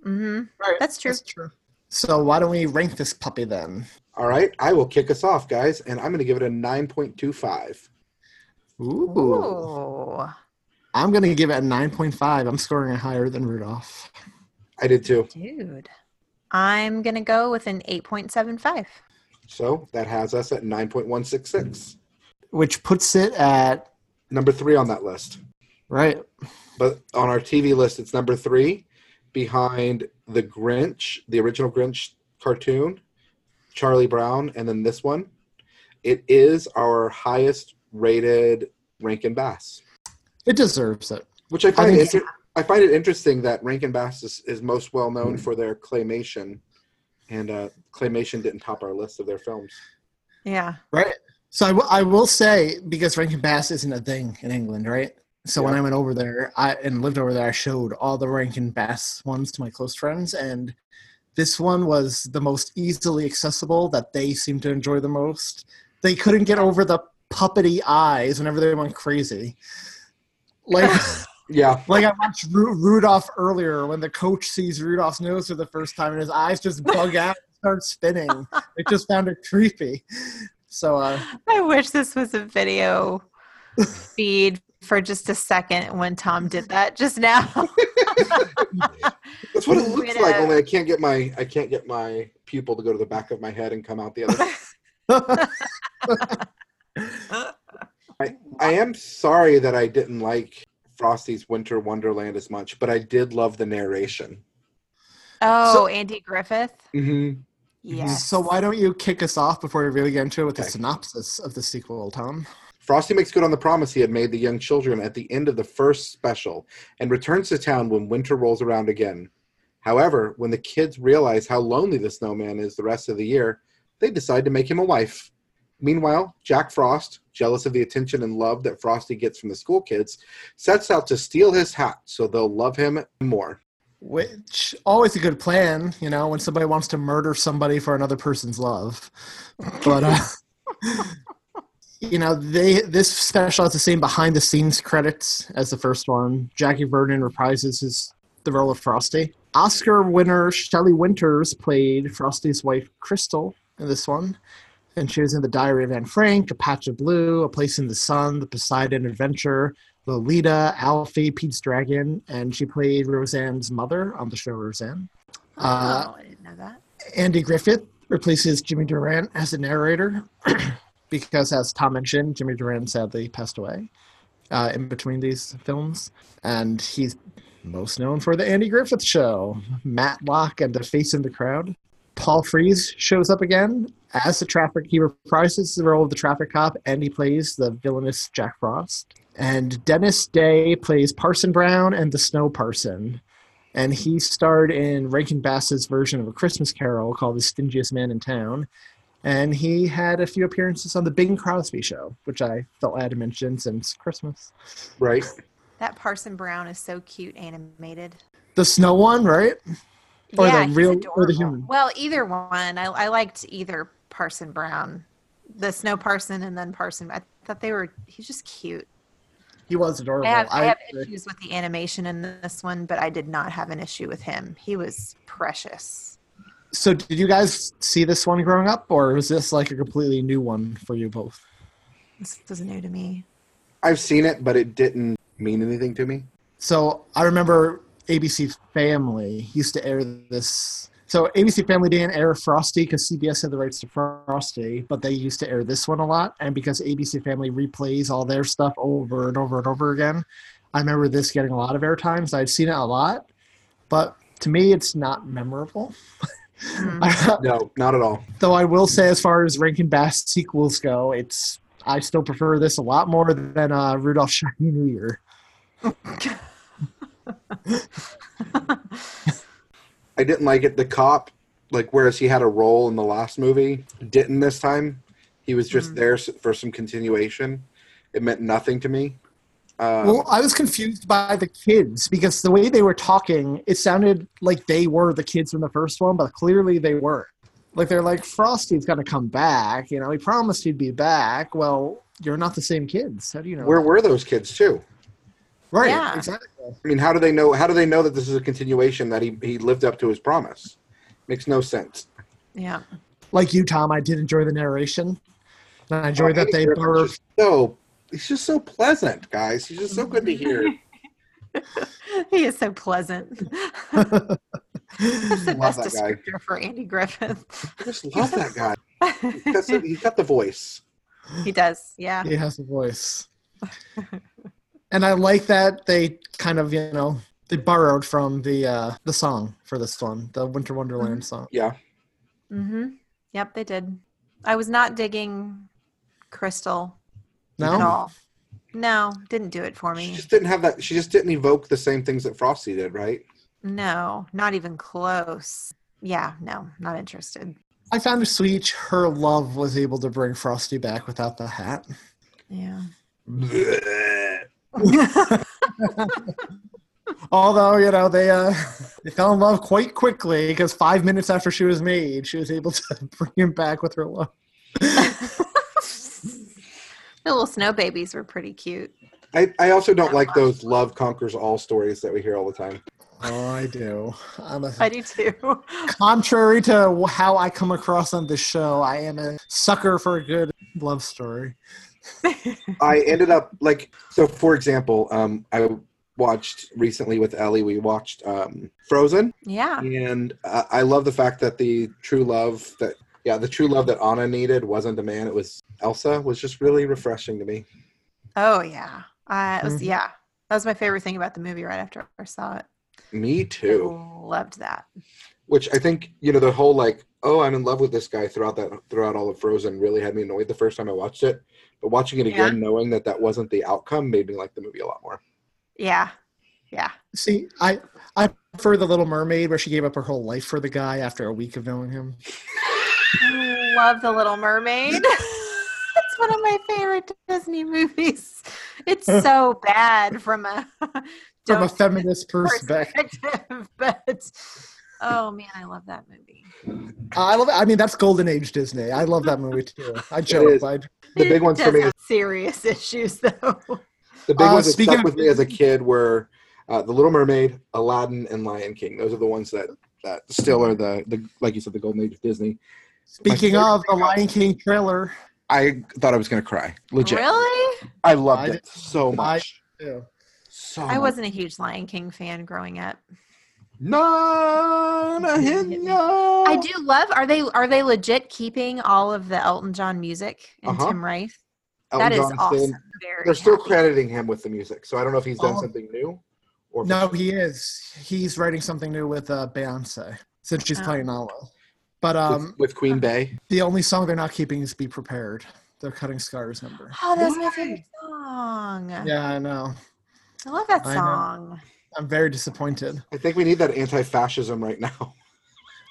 Speaker 2: Mm-hmm. Right. That's true.
Speaker 1: That's true. So why don't we rank this puppy then?
Speaker 3: All right, I will kick us off, guys, and I'm going to give it a nine point two five.
Speaker 1: Ooh. Ooh. I'm going to give it a 9.5. I'm scoring it higher than Rudolph.
Speaker 3: I did too.
Speaker 2: Dude. I'm going to go with an 8.75.
Speaker 3: So that has us at 9.166.
Speaker 1: Which puts it at
Speaker 3: number three on that list.
Speaker 1: Right.
Speaker 3: But on our TV list, it's number three behind The Grinch, the original Grinch cartoon, Charlie Brown, and then this one. It is our highest rated Rankin Bass.
Speaker 1: It deserves it.
Speaker 3: Which I find I, think, inter- I find it interesting that Rankin Bass is, is most well known mm-hmm. for their claymation, and uh, claymation didn't top our list of their films.
Speaker 2: Yeah.
Speaker 1: Right. So I, w- I will say because Rankin Bass isn't a thing in England, right? So yeah. when I went over there I, and lived over there, I showed all the Rankin Bass ones to my close friends, and this one was the most easily accessible that they seemed to enjoy the most. They couldn't get over the puppety eyes whenever they went crazy like
Speaker 3: yeah
Speaker 1: like i watched Ru- rudolph earlier when the coach sees rudolph's nose for the first time and his eyes just bug out and start spinning it just found it creepy so uh,
Speaker 2: i wish this was a video feed for just a second when tom did that just now
Speaker 3: that's what it looks like only i can't get my i can't get my pupil to go to the back of my head and come out the other I, I am sorry that I didn't like Frosty's Winter Wonderland as much, but I did love the narration.
Speaker 2: Oh, so, Andy Griffith?
Speaker 3: Mm-hmm.
Speaker 2: Yes.
Speaker 1: So why don't you kick us off before we really get into it with okay. the synopsis of the sequel, Tom?
Speaker 3: Frosty makes good on the promise he had made the young children at the end of the first special and returns to town when winter rolls around again. However, when the kids realize how lonely the snowman is the rest of the year, they decide to make him a wife. Meanwhile, Jack Frost, jealous of the attention and love that Frosty gets from the school kids, sets out to steal his hat so they'll love him more.
Speaker 1: Which always a good plan, you know, when somebody wants to murder somebody for another person's love. But uh, you know, they this special has the same behind the scenes credits as the first one. Jackie Vernon reprises his the role of Frosty. Oscar winner Shelley Winters played Frosty's wife Crystal in this one and she was in the Diary of Anne Frank, A Patch of Blue, A Place in the Sun, The Poseidon Adventure, Lolita, Alfie, Pete's Dragon, and she played Roseanne's mother on the show Roseanne.
Speaker 2: Oh, uh, I didn't know that.
Speaker 1: Andy Griffith replaces Jimmy Durant as the narrator because, as Tom mentioned, Jimmy Durant sadly passed away uh, in between these films, and he's most known for the Andy Griffith Show, Matlock, and The Face in the Crowd. Paul Frees shows up again as the traffic. He reprises the role of the traffic cop, and he plays the villainous Jack Frost. And Dennis Day plays Parson Brown and the Snow Parson, and he starred in Rankin Bass's version of A Christmas Carol called The Stingiest Man in Town. And he had a few appearances on the Bing Crosby Show, which I felt I had to mention since Christmas.
Speaker 3: Right.
Speaker 2: That Parson Brown is so cute animated.
Speaker 1: The snow one, right? Or yeah, the real or the human?
Speaker 2: Well, either one. I, I, liked either Parson Brown, the Snow Parson, and then Parson. I thought they were. He's just cute.
Speaker 1: He was adorable.
Speaker 2: I have, I, I have issues with the animation in this one, but I did not have an issue with him. He was precious.
Speaker 1: So, did you guys see this one growing up, or was this like a completely new one for you both?
Speaker 2: This was new to me.
Speaker 3: I've seen it, but it didn't mean anything to me.
Speaker 1: So I remember ABC Family used to air this. So ABC Family didn't air Frosty because CBS had the rights to Frosty, but they used to air this one a lot. And because ABC Family replays all their stuff over and over and over again, I remember this getting a lot of airtime. So I've seen it a lot, but to me, it's not memorable.
Speaker 3: no, not at all.
Speaker 1: Though I will say, as far as Rankin Bass sequels go, it's I still prefer this a lot more than uh, Rudolph Shiny New Year.
Speaker 3: I didn't like it. The cop, like whereas he had a role in the last movie, didn't this time. He was just
Speaker 1: Mm.
Speaker 3: there s- for some continuation. It meant nothing to me. Um,
Speaker 1: well, I was confused by the kids because the way they were talking, it sounded like they were the kids from the first one, but clearly they weren't. Like they're like Frosty's gonna come back. You know, he promised he'd be back. Well, you're not the same kids. How do you know?
Speaker 3: where
Speaker 1: that?
Speaker 3: were those kids too?
Speaker 1: Right. Exactly.
Speaker 3: I mean, how do they know? How do they know that this is a continuation that he he lived up to his promise? Makes no sense.
Speaker 2: Yeah.
Speaker 1: Like you, Tom, I did enjoy the narration. And I enjoyed that they
Speaker 3: Andy Griffith's
Speaker 1: borrowed
Speaker 3: just So he's just so pleasant, guys. He's just so good to hear.
Speaker 2: he is so pleasant. That's the
Speaker 3: Love that
Speaker 2: best
Speaker 3: guy.
Speaker 2: descriptor for Andy Griffith.
Speaker 3: I just love that guy. That's it. He's got the voice.
Speaker 2: He does. Yeah.
Speaker 1: He has a voice. and I like that they kind of, you know, they borrowed from the uh the song for this one, the Winter Wonderland song.
Speaker 3: Yeah.
Speaker 2: Mm-hmm. Yep, they did. I was not digging Crystal
Speaker 1: No?
Speaker 2: at all. No, didn't do it for
Speaker 3: She
Speaker 2: me.
Speaker 3: just didn't have that. She just didn't evoke the same things that Frosty did, right?
Speaker 2: No, not even close. Yeah, no, not interested.
Speaker 1: I found it sweet her love was able to bring Frosty back without the hat.
Speaker 2: Yeah.
Speaker 1: Although, you know, they uh they fell in love quite quickly because five minutes after she was made, she was able to bring him back with her love.
Speaker 2: The little snow babies were pretty cute.
Speaker 3: I, I also don't like those love conquers all stories that we hear all the time.
Speaker 1: Oh, I do. I'm a
Speaker 2: I do too.
Speaker 1: contrary to how I come across on this show, I am a sucker for a good love story.
Speaker 3: I ended up like so. For example, um, I watched recently with Ellie. We watched um, Frozen,
Speaker 2: Yeah.
Speaker 3: and uh, I love the fact that the true love that yeah, the true love that Anna needed wasn't a man. It was Elsa. Was just really refreshing to me.
Speaker 2: Oh yeah. Uh, it was
Speaker 1: Mm-hmm.
Speaker 3: Mhm.
Speaker 2: yeah. That was my favorite thing about the movie right after I saw it.
Speaker 3: Me too.
Speaker 2: Loved that.
Speaker 3: which I think you know the whole like oh I'm in love with this guy throughout that throughout all of Frozen really had me annoyed the first time I watched it, but watching it again knowing that that wasn't the outcome made me like the movie a lot more.
Speaker 2: Yeah. Yeah.
Speaker 1: See, I I prefer the Little Mermaid where she gave up her whole life for the guy after a week of knowing him.
Speaker 2: I love The Little Mermaid. it's one of my favorite Disney movies. It's so bad from a
Speaker 1: From a
Speaker 2: Don't-
Speaker 1: feminist perspective,
Speaker 2: perspective, but oh man, I love that movie.
Speaker 1: I love. it. I mean, that's golden age Disney. I love that movie too. I joke.
Speaker 3: is.
Speaker 1: I,
Speaker 3: The big ones
Speaker 2: Does
Speaker 3: for me is
Speaker 2: have serious issues though.
Speaker 3: the big
Speaker 1: Uh,
Speaker 3: ones that
Speaker 1: speaking
Speaker 3: stuck
Speaker 1: of-
Speaker 3: with me as a kid were uh, the Little Mermaid, Aladdin, and Lion King. Those are the ones that that still are the the like you said the golden age of Disney.
Speaker 1: speaking of the Lion King trailer,
Speaker 3: I thought I was gonna cry legit.
Speaker 2: Really?
Speaker 3: I loved
Speaker 1: I-
Speaker 3: it so much.
Speaker 1: too.
Speaker 3: so
Speaker 2: I
Speaker 3: much.
Speaker 2: wasn't a huge Lion King fan growing up.
Speaker 3: None of him, no.
Speaker 2: I do love are they are they legit keeping all of the Elton John music and
Speaker 3: Uh-huh.
Speaker 2: Tim Rice?
Speaker 3: Elton
Speaker 2: That is
Speaker 3: John's
Speaker 2: awesome.
Speaker 3: still-
Speaker 2: Very
Speaker 3: They're still
Speaker 2: happy.
Speaker 3: crediting him with the music, so I don't know if he's done
Speaker 1: Oh.
Speaker 3: something new or
Speaker 1: No, he is. He's writing something new with uh, Beyonce since she's
Speaker 2: Oh.
Speaker 1: playing Nala. But um,
Speaker 3: with, with Queen Bay.
Speaker 1: The only song they're not keeping is "Be Prepared." They're cutting Scar's number.
Speaker 2: Oh, that's my favorite song.
Speaker 1: Yeah, I know.
Speaker 2: I love that
Speaker 1: I know.
Speaker 2: song.
Speaker 1: I'm very disappointed.
Speaker 3: I think we need that anti-fascism right now.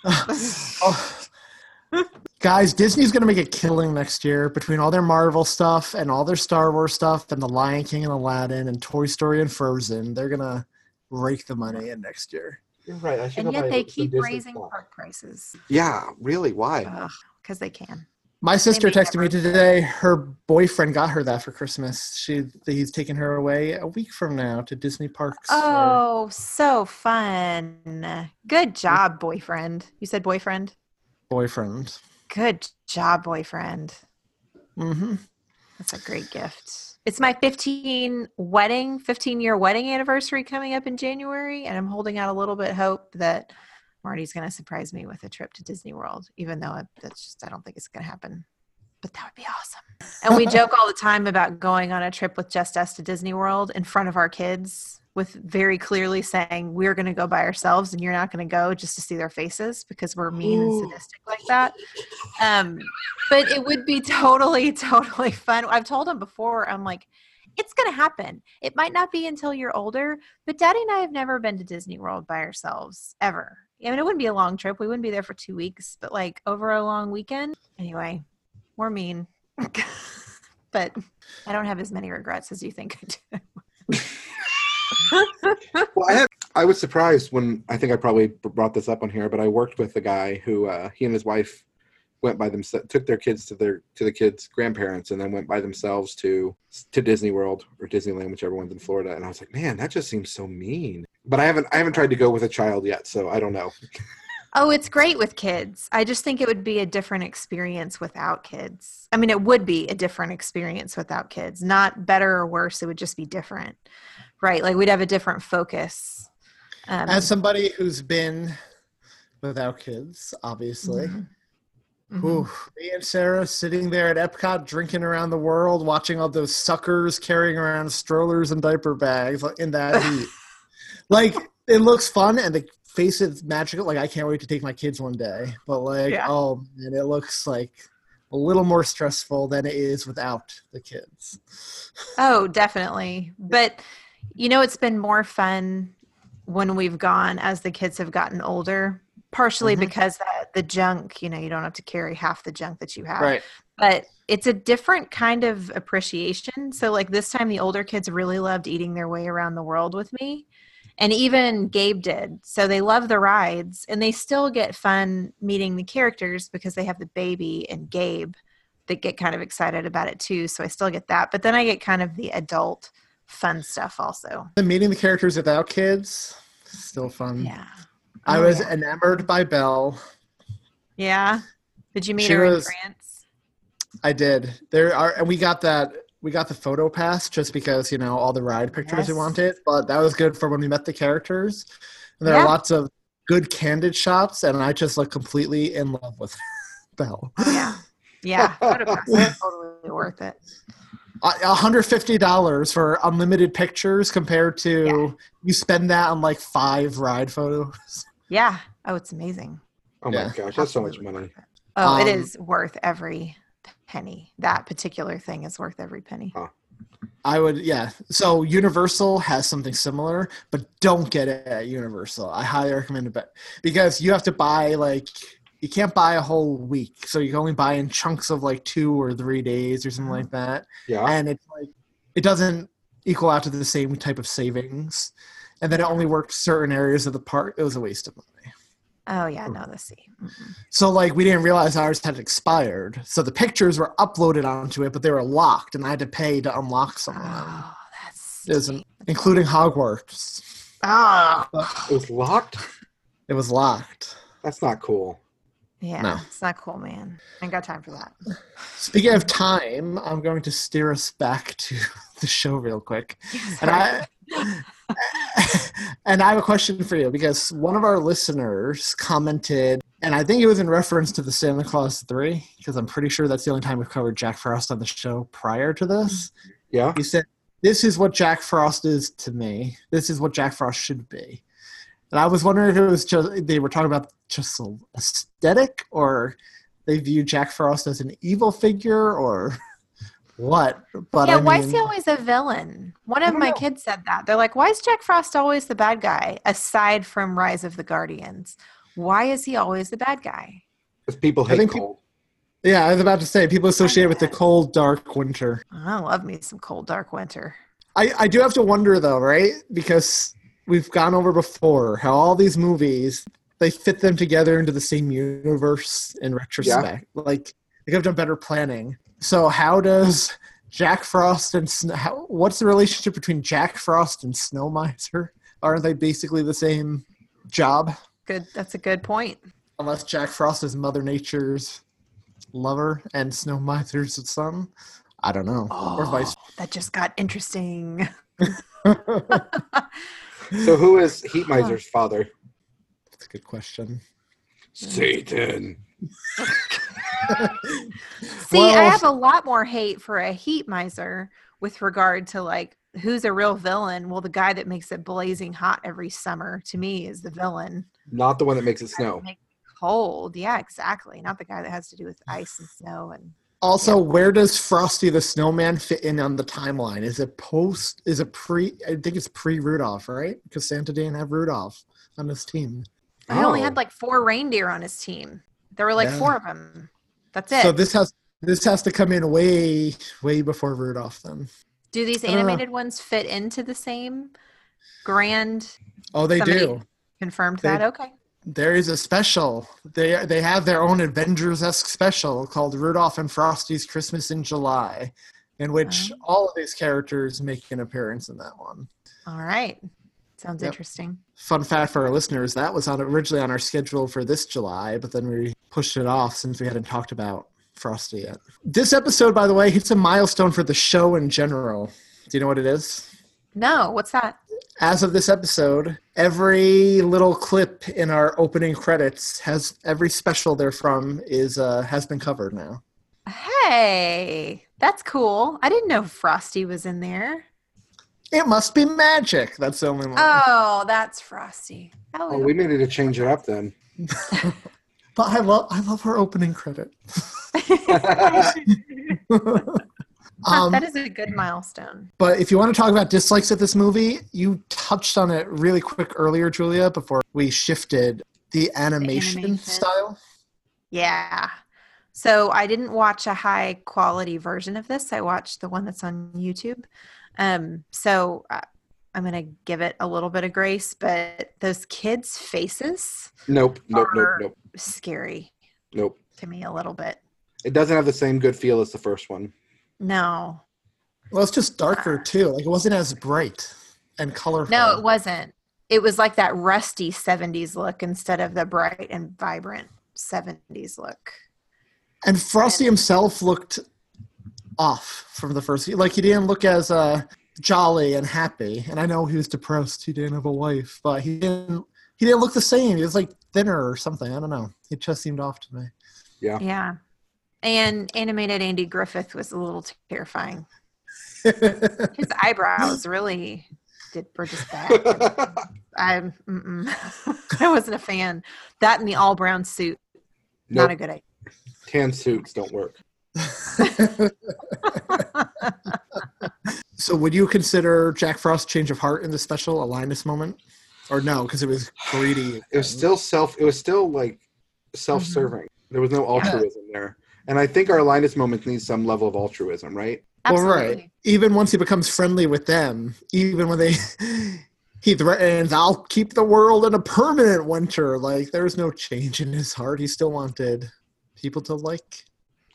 Speaker 1: Oh. Guys, Disney's gonna make a killing next year between all their Marvel stuff and all their Star Wars stuff and The Lion King and Aladdin and Toy Story and Frozen. They're gonna rake the money in next year.
Speaker 3: You're right. I should
Speaker 2: And
Speaker 3: go buy
Speaker 2: yet they
Speaker 3: some
Speaker 2: keep
Speaker 3: Disney
Speaker 2: raising
Speaker 3: stock.
Speaker 2: park prices
Speaker 3: Yeah, really. Why?
Speaker 2: because they can.
Speaker 1: My sister
Speaker 2: Maybe
Speaker 1: texted me today. Her boyfriend got her that for Christmas. She he's taking her away a week from now to Disney parks. for-
Speaker 2: Oh, so fun. Good job, boyfriend. You said boyfriend?
Speaker 1: boyfriend.
Speaker 2: Good job, boyfriend.
Speaker 1: Mm-hmm.
Speaker 2: That's a great gift. It's my 15 wedding, 15 year wedding anniversary coming up in January, and I'm holding out a little bit hope that Marty's going to surprise me with a trip to Disney World, even though it, that's just I don't think it's going to happen. But that would be awesome. And we joke all the time about going on a trip with just us to Disney World in front of our kids, with very clearly saying we're going to go by ourselves and you're not going to go just to see their faces because we're mean Ooh. and sadistic like that. Um, but it would be totally, totally fun. I've told them before. I'm like it's going to happen. It might not be until you're older, but Daddy and I have never been to Disney World by ourselves ever. I mean, it wouldn't be a long trip. We wouldn't be there for two weeks, but like over a long weekend. Anyway, we're mean, but I don't have as many regrets as you think I do.
Speaker 3: well, I had. I was surprised when I think I probably brought this up on here, but I worked with a guy who uh, he and his wife went by themselves took their kids to their to the kids grandparents and then went by themselves to to disney world or disneyland whichever one's in florida and i was like man that just seems so mean but i haven't i haven't tried to go with a child yet so i don't know
Speaker 2: oh it's great with kids i just think it would be a different experience without kids i mean it would be a different experience without kids not better or worse it would just be different right like we'd have a different focus
Speaker 1: um, as somebody who's been without kids obviously mm-hmm. Mm-hmm. Ooh, me and Sarah sitting there at Epcot drinking around the world, watching all those suckers carrying around strollers and diaper bags in that heat. like it looks fun and the face is magical. Like I can't wait to take my kids one day. But like, yeah. oh man, it looks like a little more stressful than it is without the kids.
Speaker 2: oh, definitely. But you know, it's been more fun when we've gone as the kids have gotten older partially mm-hmm. because that, the junk you know you don't have to carry half the junk that you have
Speaker 1: right
Speaker 2: but it's a different kind of appreciation so like this time the older kids really loved eating their way around the world with me and even gabe did so they love the rides and they still get fun meeting the characters because they have the baby and gabe that get kind of excited about it too so i still get that but then i get kind of the adult fun stuff also
Speaker 1: the meeting the characters without kids still
Speaker 3: Mm.
Speaker 1: fun
Speaker 2: yeah
Speaker 1: I was oh, yeah. enamored by Belle.
Speaker 2: Yeah. Did you meet she her was, in France?
Speaker 1: I did. There are, and we got that. We got the photo pass just because you know all the ride pictures yes. we wanted, but that was good for when we met the characters. And there yeah. are lots of good candid shots, and I just look completely in love with Belle.
Speaker 2: Yeah, yeah, photo pass is totally worth it.
Speaker 1: $150 for unlimited pictures compared to yeah. you spend that on like five ride photos.
Speaker 2: Yeah. Oh, it's amazing.
Speaker 3: Oh yeah. my gosh, that's so much money.
Speaker 2: Oh, um, it is worth every penny. That particular thing is worth every penny. Huh.
Speaker 1: I would, yeah. So Universal has something similar, but don't get it at Universal. I highly recommend it, but because you have to buy like you can't buy a whole week, so you can only buy in chunks of like two or three days or something like that.
Speaker 3: Yeah,
Speaker 1: and it's like it doesn't equal out to the same type of savings, and then it only worked certain areas of the park. It was a waste of money.
Speaker 2: Oh
Speaker 3: Hmm.
Speaker 2: yeah, no, the sea. Mm-hmm.
Speaker 1: So like we didn't realize ours had expired, so the pictures were uploaded onto it, but they were locked, and I had to pay to unlock some of them.
Speaker 2: Oh, that's
Speaker 1: an, including Hogwarts.
Speaker 2: Ah,
Speaker 3: oh. it was locked.
Speaker 1: It was locked.
Speaker 3: That's not cool.
Speaker 2: Yeah, no. it's not cool, man. I ain't got time for that.
Speaker 1: Speaking of time, I'm going to steer us back to the show real quick. and I and I have a question for you because one of our listeners commented, and I think it was in reference to the Santa Claus Three, because I'm pretty sure that's the only time we've covered Jack Frost on the show prior to this.
Speaker 3: Yeah,
Speaker 1: he said, "This is what Jack Frost is to me. This is what Jack Frost should be." And I was wondering if it was just they were talking about just aesthetic, or they view Jack Frost as an evil figure, or what?
Speaker 2: But yeah, I mean, why is he always a villain? One of my know. kids said that they're like, "Why is Jack Frost always the bad guy? Aside from Rise of the Guardians, why is he always the bad guy?"
Speaker 3: Because people hate cold.
Speaker 1: Pe- yeah, I was about to say people associate with the cold, dark winter.
Speaker 2: I love me some cold, dark winter.
Speaker 1: I, I do have to wonder though, right? Because we've gone over before how all these movies they fit them together into the same universe in retrospect yeah. like they could have done better planning so how does jack frost and Snow, how, what's the relationship between jack frost and snow miser aren't they basically the same job
Speaker 2: good that's a good point
Speaker 1: unless jack frost is mother nature's lover and snow miser's son I don't know.
Speaker 2: Oh,
Speaker 1: or vice.
Speaker 2: That just got interesting.
Speaker 3: So who is Heat Miser's father?
Speaker 1: That's a good question.
Speaker 3: Satan.
Speaker 2: See, I
Speaker 1: Well-
Speaker 2: have a lot more hate for a heat miser with regard to like who's a real villain. Well, the guy that makes it blazing hot every summer to me is the villain.
Speaker 3: Not the one that makes it snow.
Speaker 2: Cold, yeah, exactly. Not the guy that has to do with ice and snow and
Speaker 1: Also, where does Frosty the Snowman fit in on the timeline? Is it post? Is it pre? I think it's pre Rudolph, right? Because Santa didn't have Rudolph on his team.
Speaker 2: I only
Speaker 1: Oh.
Speaker 2: had like four reindeer on his team. There were like
Speaker 1: Yeah.
Speaker 2: four of them. That's it.
Speaker 1: So this has this has to come in way way before Rudolph then.
Speaker 2: do these
Speaker 1: I don't know.
Speaker 2: animated ones fit into the same grand?
Speaker 1: Oh, they
Speaker 2: Somebody
Speaker 1: do.
Speaker 2: Confirmed
Speaker 1: They-
Speaker 2: that. Okay.
Speaker 1: There is a special. They they have their own Avengers-esque special called Rudolph and Frosty's Christmas in July, in which all of these characters make an appearance in that one.
Speaker 2: All right. Sounds
Speaker 1: Yep.
Speaker 2: interesting.
Speaker 1: Fun fact for our listeners: that was on originally on our schedule for this July, but then we pushed it off since we hadn't talked about Frosty yet. This episode, by the way, hits a milestone for the show in general. Do you know what it is?
Speaker 2: No, what's that?
Speaker 1: as of this episode, every little clip in our opening credits has every special they're from is uh, has been covered now.
Speaker 2: Hey, that's cool. I didn't know Frosty was in there.
Speaker 1: It must be magic. That's the only one.
Speaker 2: Oh, that's Frosty. Oh,
Speaker 3: Oh, we needed to change it up then.
Speaker 1: but I love I love her opening credit.
Speaker 2: huh,
Speaker 1: um,
Speaker 2: that is a good milestone.
Speaker 1: But if you want to talk about dislikes of this movie, you touched on it really quick earlier, Julia, before we shifted the animation,
Speaker 2: animation.
Speaker 1: style.
Speaker 2: Yeah. So I didn't watch a high quality version of this. I watched the one that's on YouTube. Um, so I, I'm going to give it a little bit of grace, but those kids' faces
Speaker 3: Nope, nope, nope,
Speaker 2: Or-
Speaker 3: nope,
Speaker 2: scary
Speaker 3: nope.
Speaker 2: to me a little bit.
Speaker 3: It doesn't have the same good feel as the first one.
Speaker 2: No,
Speaker 1: Well, it's just darker too. Like it wasn't as bright and colorful.
Speaker 2: no, it wasn't. It was like that rusty 70s look instead of the bright and vibrant 70s look.
Speaker 1: And Frosty himself looked off from the first. Like he didn't look as uh, jolly and happy. And I know he was depressed. He didn't have a wife, but he didn't. He didn't look the same. He was like thinner or something. I don't know. It just seemed off to me.
Speaker 3: Yeah.
Speaker 2: Yeah. And animated Andy Griffith was a little terrifying. His eyebrows really did were just bad. I'm mm-mm. I wasn't a fan. That and the all brown suit, not a
Speaker 3: nope.
Speaker 2: good idea.
Speaker 3: Tan suits don't work.
Speaker 1: so, would you consider Jack Frost's change of heart in the special a Linus moment, or no? Because it was greedy.
Speaker 3: It was still self. It was still like self-serving.
Speaker 1: Mm-hmm.
Speaker 3: There was no altruism there. And I think our Linus moment needs some level of altruism, right?
Speaker 1: Well, right. Even once he becomes friendly with them, even when they he threatens, I'll keep the world in a permanent winter. Like there's no change in his heart. He still wanted people to like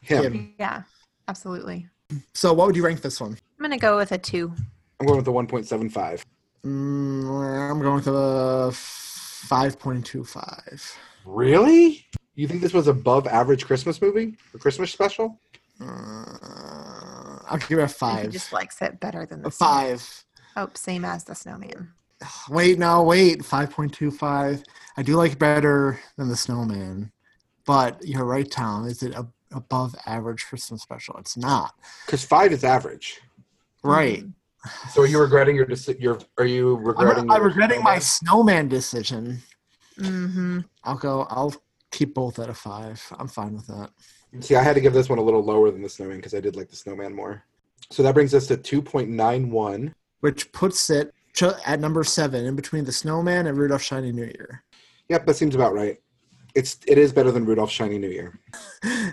Speaker 3: Him.
Speaker 1: him.
Speaker 2: Yeah, absolutely.
Speaker 1: So what would you rank this one?
Speaker 2: I'm gonna go with a two.
Speaker 3: I'm going with the 1.75.
Speaker 1: Mm, I'm going with a five point two five.
Speaker 3: Really? You think this was above average Christmas movie or Christmas special?
Speaker 1: Uh, I'll give it a
Speaker 2: I think He
Speaker 1: five.
Speaker 2: just likes it better than
Speaker 1: A
Speaker 2: the
Speaker 1: five.
Speaker 2: Oh, same as the snowman.
Speaker 1: Wait, no, wait. Five point two five. I do like better than the snowman, but you're right, Tom. Is it a, above average Christmas special? It's not.
Speaker 3: Because five is average.
Speaker 1: Right.
Speaker 2: Mm-hmm.
Speaker 3: So are you regretting your deci- your are you regretting?
Speaker 1: I'm, I'm
Speaker 3: your-
Speaker 1: regretting my snowman decision.
Speaker 2: Mm-hmm.
Speaker 1: I'll go. I'll keep both at a five. I'm fine with that.
Speaker 3: See, I had to give this one a little lower than the snowman because I did like the snowman more. So that brings us to 2.91.
Speaker 1: Which puts it ch- at number seven, in between the snowman and Rudolph Shiny New Year.
Speaker 3: Yep, that seems about right. It's it is better than Rudolph's Shiny New Year.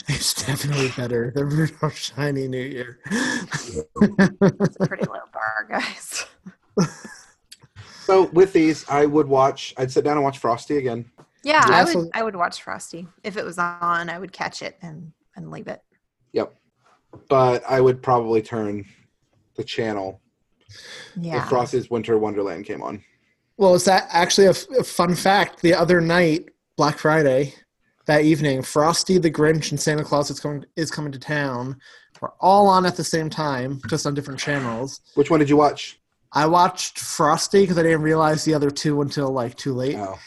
Speaker 1: It's definitely better than Rudolph Shiny New Year.
Speaker 2: It's a pretty low bar, guys.
Speaker 3: So with these, I would watch. I'd sit down and watch Frosty again.
Speaker 2: Yeah,
Speaker 1: Yeah,
Speaker 2: I would.
Speaker 1: so-
Speaker 2: I would watch Frosty if it was on. I would catch it and and leave it.
Speaker 3: But I would probably turn the channel if
Speaker 2: Yeah.
Speaker 3: Frosty's Winter Wonderland came on.
Speaker 1: Well, is that actually a, f- a fun fact? The other night, Black Friday, that evening, Frosty the Grinch and Santa Claus is coming is coming to town We're all on at the same time, just on different channels.
Speaker 3: Which one did you watch?
Speaker 1: I watched Frosty because I didn't realize the other two until like too late.
Speaker 3: Oh.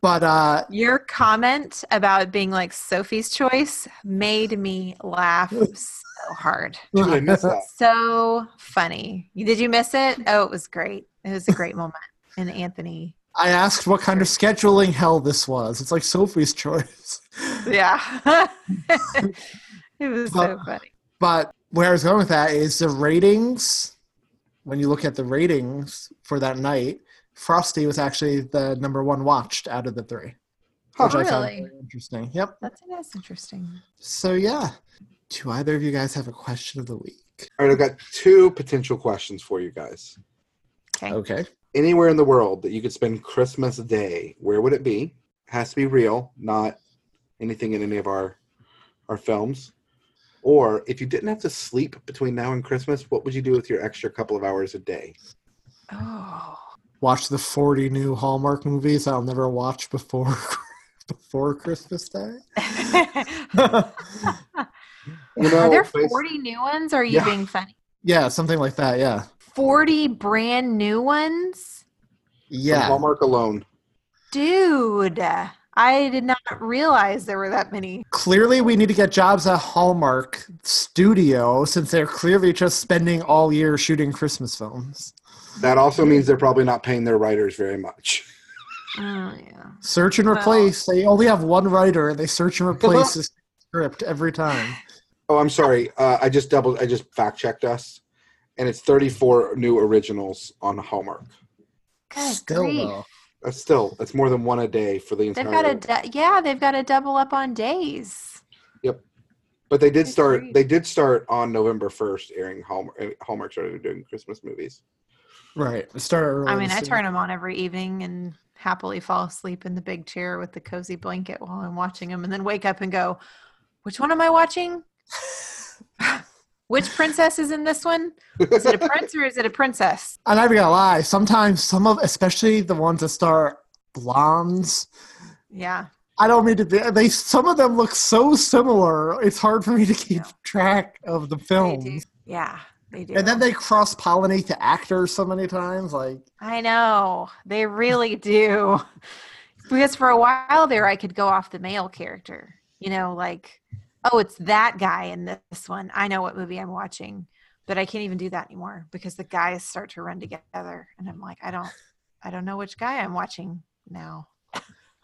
Speaker 1: But uh,
Speaker 2: Your comment about it being like Sophie's choice made me laugh so hard.
Speaker 3: Did I miss that?
Speaker 2: So funny. Did you miss it? Oh, it was great. It was a great moment. And Anthony.
Speaker 1: I asked what kind of scheduling hell this was. It's like Sophie's choice.
Speaker 2: Yeah. it was so funny.
Speaker 1: But where I was going with that is the ratings. When you look at the ratings for that night, Frosty was actually the number one watched out of the three.
Speaker 2: Oh,
Speaker 1: I found
Speaker 2: really?
Speaker 1: very interesting. Yep.
Speaker 2: That's, that's interesting.
Speaker 1: So yeah. Do either of you guys have a question of the week?
Speaker 3: All right, I've got two potential questions for you guys.
Speaker 2: Okay.
Speaker 1: Okay.
Speaker 3: Anywhere in the world that you could spend Christmas Day, where would it be? has to be real, not anything in any of our our films. Or if you didn't have to sleep between now and Christmas, what would you do with your extra couple of hours a day?
Speaker 2: Oh.
Speaker 1: Watch the forty new Hallmark movies I'll never watch before before Christmas Day.
Speaker 3: You
Speaker 2: Are
Speaker 3: know,
Speaker 2: there
Speaker 3: bas-
Speaker 2: 40 new ones? Or are you
Speaker 3: Yeah.
Speaker 2: being funny?
Speaker 1: yeah, something like that. Yeah.
Speaker 2: 40 brand new ones?
Speaker 3: from
Speaker 1: Yeah.
Speaker 3: Hallmark alone.
Speaker 2: Dude, I did not realize there were that many.
Speaker 1: Clearly, we need to get jobs at Hallmark Studio since they're clearly just spending all year shooting Christmas films.
Speaker 3: That also means they're probably not paying their writers very much.
Speaker 2: Oh, yeah.
Speaker 1: Search and replace. They only have one writer and they search and replace the script every time.
Speaker 3: Oh, I'm sorry. Uh, I just doubled. I just fact checked us, and it's 34 new originals on Hallmark.
Speaker 2: Good
Speaker 1: Still,
Speaker 2: grief.
Speaker 1: though.
Speaker 3: That's still that's more than one a day for the
Speaker 2: They've
Speaker 3: entire.
Speaker 2: got a du- yeah, they've got to double up on days.
Speaker 3: but they did
Speaker 2: Good
Speaker 3: start.
Speaker 2: grief.
Speaker 3: They did start on November 1st airing Hallmark. Hallmark started doing Christmas movies.
Speaker 1: Right. Start early.
Speaker 2: I mean, I
Speaker 1: so-
Speaker 2: turn them on every evening and happily fall asleep in the big chair with the cozy blanket while I'm watching them, and then wake up and go, "Which one am I watching? Which princess is in this one? Is it a prince or is it a princess?"
Speaker 1: I'm not even gonna lie. Sometimes some of, especially the ones that star blondes.
Speaker 2: Yeah,
Speaker 1: I don't mean to be. They some of them look so similar. It's hard for me to keep track of the
Speaker 2: they do.
Speaker 1: films.
Speaker 2: Yeah, they do.
Speaker 1: And then they cross pollinate to actors so many times. Like
Speaker 2: I know they really do. Because for a while there, I could go off the male character. You know, like, oh, it's that guy in this one. I know what movie I'm watching, but I can't even do that anymore because the guys start to run together, and I'm like, I don't, I don't know which guy I'm watching now.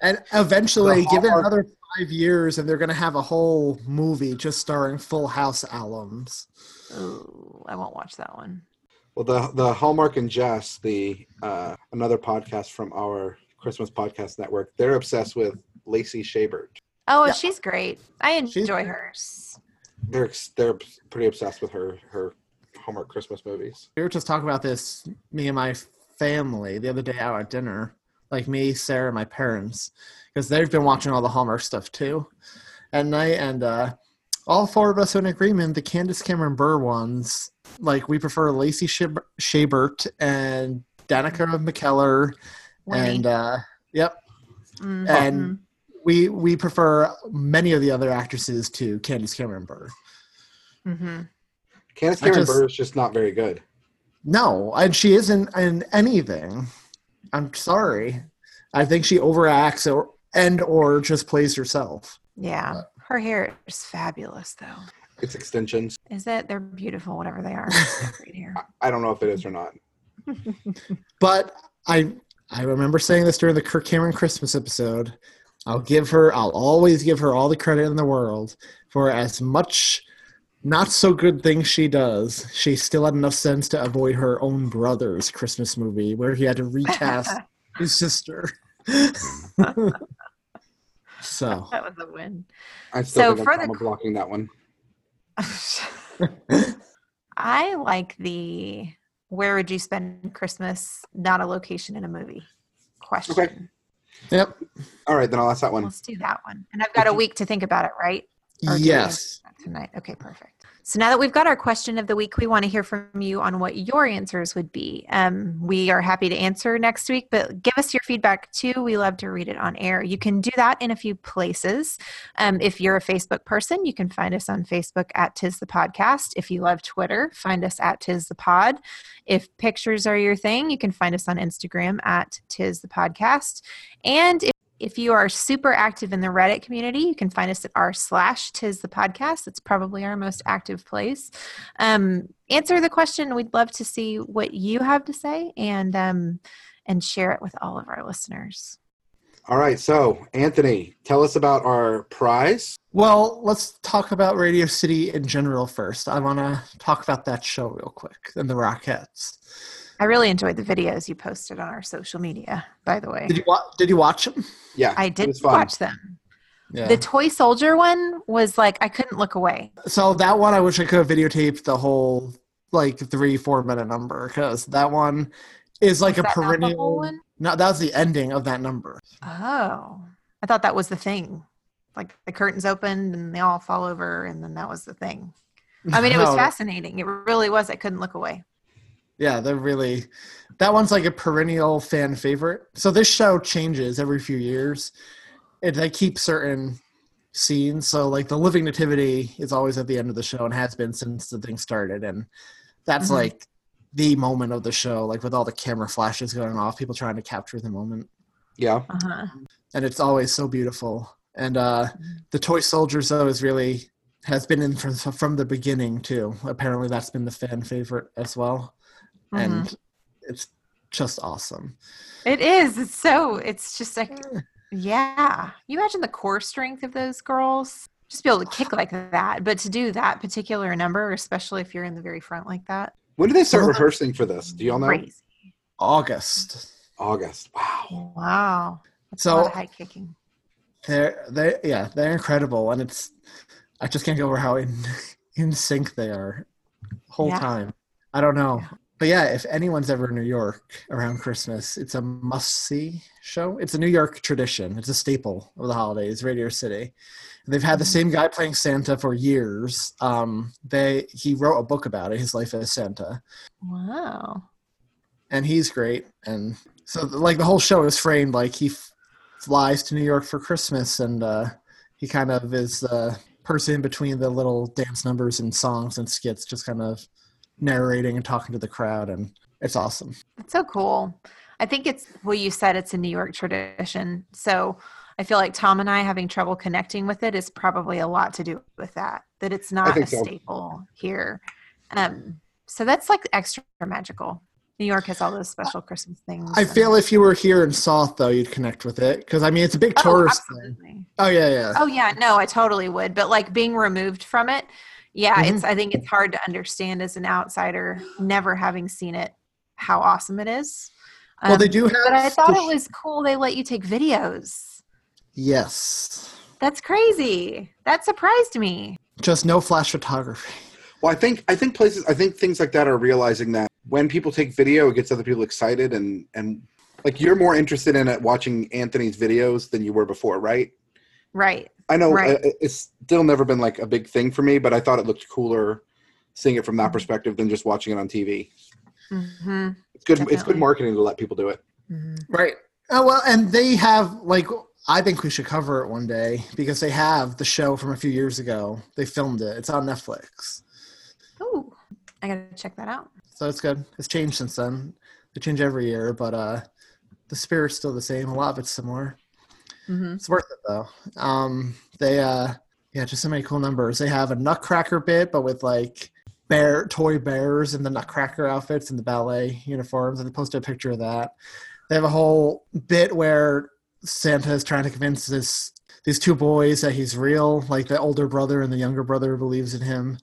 Speaker 1: And eventually,
Speaker 3: The
Speaker 1: give it
Speaker 3: Hallmark-
Speaker 1: another five years, and they're going to have a whole movie just starring Full House alums.
Speaker 2: Ooh, I won't watch that one.
Speaker 3: Well, the the Hallmark and Jess, the uh, another podcast from our Christmas podcast network, they're obsessed with Lacey Chabert.
Speaker 2: Oh,
Speaker 1: Yeah.
Speaker 2: she's great. I
Speaker 1: She's
Speaker 2: enjoy
Speaker 1: great.
Speaker 2: hers.
Speaker 3: They're ex- they're pretty obsessed with her her Hallmark Christmas movies.
Speaker 1: We were just talking about this, me and my family, the other day out at dinner. Like me, Sarah, and my parents, because they've been watching all the Hallmark stuff too at night. And uh, all four of us are in agreement the Candace Cameron Burr ones, like we prefer Lacey Shib- Chabert and Danica McKellar.
Speaker 2: Winnie.
Speaker 1: And uh, yep,
Speaker 2: Mhm.
Speaker 1: and we we prefer many of the other actresses to Candice Cameron Burr.
Speaker 2: Mhm.
Speaker 3: Candace
Speaker 1: I
Speaker 3: Cameron
Speaker 1: just-
Speaker 3: Burr is just not very good.
Speaker 1: No, and she isn't in anything. I'm sorry. I think she overacts or and or just plays herself.
Speaker 2: yeah, her hair is fabulous, though.
Speaker 3: It's extensions.
Speaker 2: Is it? They're beautiful, whatever they are. They're Great hair.
Speaker 3: I- I don't know if it is or not.
Speaker 1: But I I remember saying this during the Kirk Cameron Christmas episode. I'll give her I'll always give her all the credit in the world for as much not so good things she does. She still had enough sense to avoid her own brother's Christmas movie where he had to recast his sister. so
Speaker 2: That was a win.
Speaker 3: I still
Speaker 2: So
Speaker 3: think
Speaker 2: for
Speaker 3: I'm
Speaker 2: the-
Speaker 3: trauma blocking that one.
Speaker 2: I like the where would you spend Christmas, not a location in a movie question.
Speaker 1: yep.
Speaker 3: All right, then I'll ask that one.
Speaker 2: Let's do that one. And I've got a week to think about it, right? Or do we
Speaker 1: Yes.
Speaker 2: answer that Tonight. Okay, perfect. So now that we've got our question of the week, we want to hear from you on what your answers would be. Um, we are happy to answer next week, but give us your feedback too. We love to read it on air. You can do that in a few places. Um, if you're a Facebook person, you can find us on Facebook at Tis the Podcast. If you love Twitter, find us at Tis the Pod. If pictures are your thing, you can find us on Instagram at Tis the Podcast. And if if you are super active in the Reddit community, you can find us at r slash tis the podcast. That's probably our most active place. Um, answer the question. We'd love to see what you have to say and um, and share it with all of our listeners.
Speaker 3: All right, so Anthony, tell us about our prize.
Speaker 1: Well, let's talk about Radio City in general first. I want to talk about that show real quick and the Rockettes.
Speaker 2: I really enjoyed the videos you posted on our social media, by the way.
Speaker 1: Did you, wa- did you watch them?
Speaker 3: Yeah.
Speaker 2: I did watch them. Yeah. The toy soldier one was like I couldn't look away.
Speaker 1: So that one I wish I could have videotaped the whole like three, four minute number because that one is like was a perennial one? No, that was the ending of that number.
Speaker 2: Oh. I thought that was the thing. Like the curtains opened and they all fall over and then that was the thing. I mean it was no. fascinating. It really was. I couldn't look away
Speaker 1: yeah they're really that one's like a perennial fan favorite so this show changes every few years and they keep certain scenes so like the living nativity is always at the end of the show and has been since the thing started and that's mm-hmm. like the moment of the show like with all the camera flashes going off people trying to capture the moment
Speaker 3: yeah
Speaker 2: uh-huh.
Speaker 1: and it's always so beautiful and uh the toy soldiers though is really has been in from, from the beginning too apparently that's been the fan favorite as well Mm-hmm. and it's just awesome.
Speaker 2: It is. It's so. It's just like, yeah. You imagine the core strength of those girls. Just be able to kick like that, but to do that particular number, especially if you're in the very front like that.
Speaker 3: When do they start rehearsing for this? Do y'all know?
Speaker 2: Crazy.
Speaker 1: August.
Speaker 3: August. Wow.
Speaker 2: Wow.
Speaker 1: That's so
Speaker 2: high kicking.
Speaker 1: They're they yeah they're incredible and it's I just can't get over how in in sync they are whole yeah. time. I don't know. Yeah but yeah, if anyone's ever in New York around Christmas, it's a must see show. It's a New York tradition, it's a staple of the holidays, Radio City. And they've had the same guy playing Santa for years. Um, they He wrote a book about it, His Life as Santa.
Speaker 2: Wow.
Speaker 1: And he's great. And so, like, the whole show is framed like he f- flies to New York for Christmas and uh, he kind of is the person between the little dance numbers and songs and skits, just kind of narrating and talking to the crowd and it's awesome
Speaker 2: it's so cool i think it's well you said it's a new york tradition so i feel like tom and i having trouble connecting with it is probably a lot to do with that that it's not a so. staple here um, so that's like extra magical new york has all those special christmas things
Speaker 1: i feel if you were here in south though you'd connect with it because i mean it's a big tourist oh, thing oh yeah yeah
Speaker 2: oh yeah no i totally would but like being removed from it yeah
Speaker 1: Mm-hmm.
Speaker 2: it's i think it's hard to understand as an outsider never having seen it how awesome it is
Speaker 1: um, well they do have
Speaker 2: but i thought it was cool they let you take videos
Speaker 1: yes
Speaker 2: that's crazy that surprised me
Speaker 1: just no flash photography
Speaker 3: well i think i think places i think things like that are realizing that when people take video it gets other people excited and and like you're more interested in it watching anthony's videos than you were before right
Speaker 2: right
Speaker 3: I know right. it's still never been like a big thing for me, but I thought it looked cooler seeing it from that perspective than just watching it on TV.
Speaker 2: Mm-hmm.
Speaker 3: It's good. Definitely. It's good marketing to let people do it.
Speaker 1: Mm-hmm. Right. Oh well, and they have like I think we should cover it one day because they have the show from a few years ago. They filmed it. It's on Netflix.
Speaker 2: Oh, I gotta check that out.
Speaker 1: So it's good. It's changed since then. They change every year, but uh, the spirit's still the same. A lot of it's similar.
Speaker 2: Mm-hmm.
Speaker 1: It's worth it though. Um, they uh, yeah, just so many cool numbers. They have a Nutcracker bit, but with like bear toy bears and the Nutcracker outfits and the ballet uniforms. And they posted a picture of that. They have a whole bit where Santa is trying to convince this these two boys that he's real. Like the older brother and the younger brother believes in him,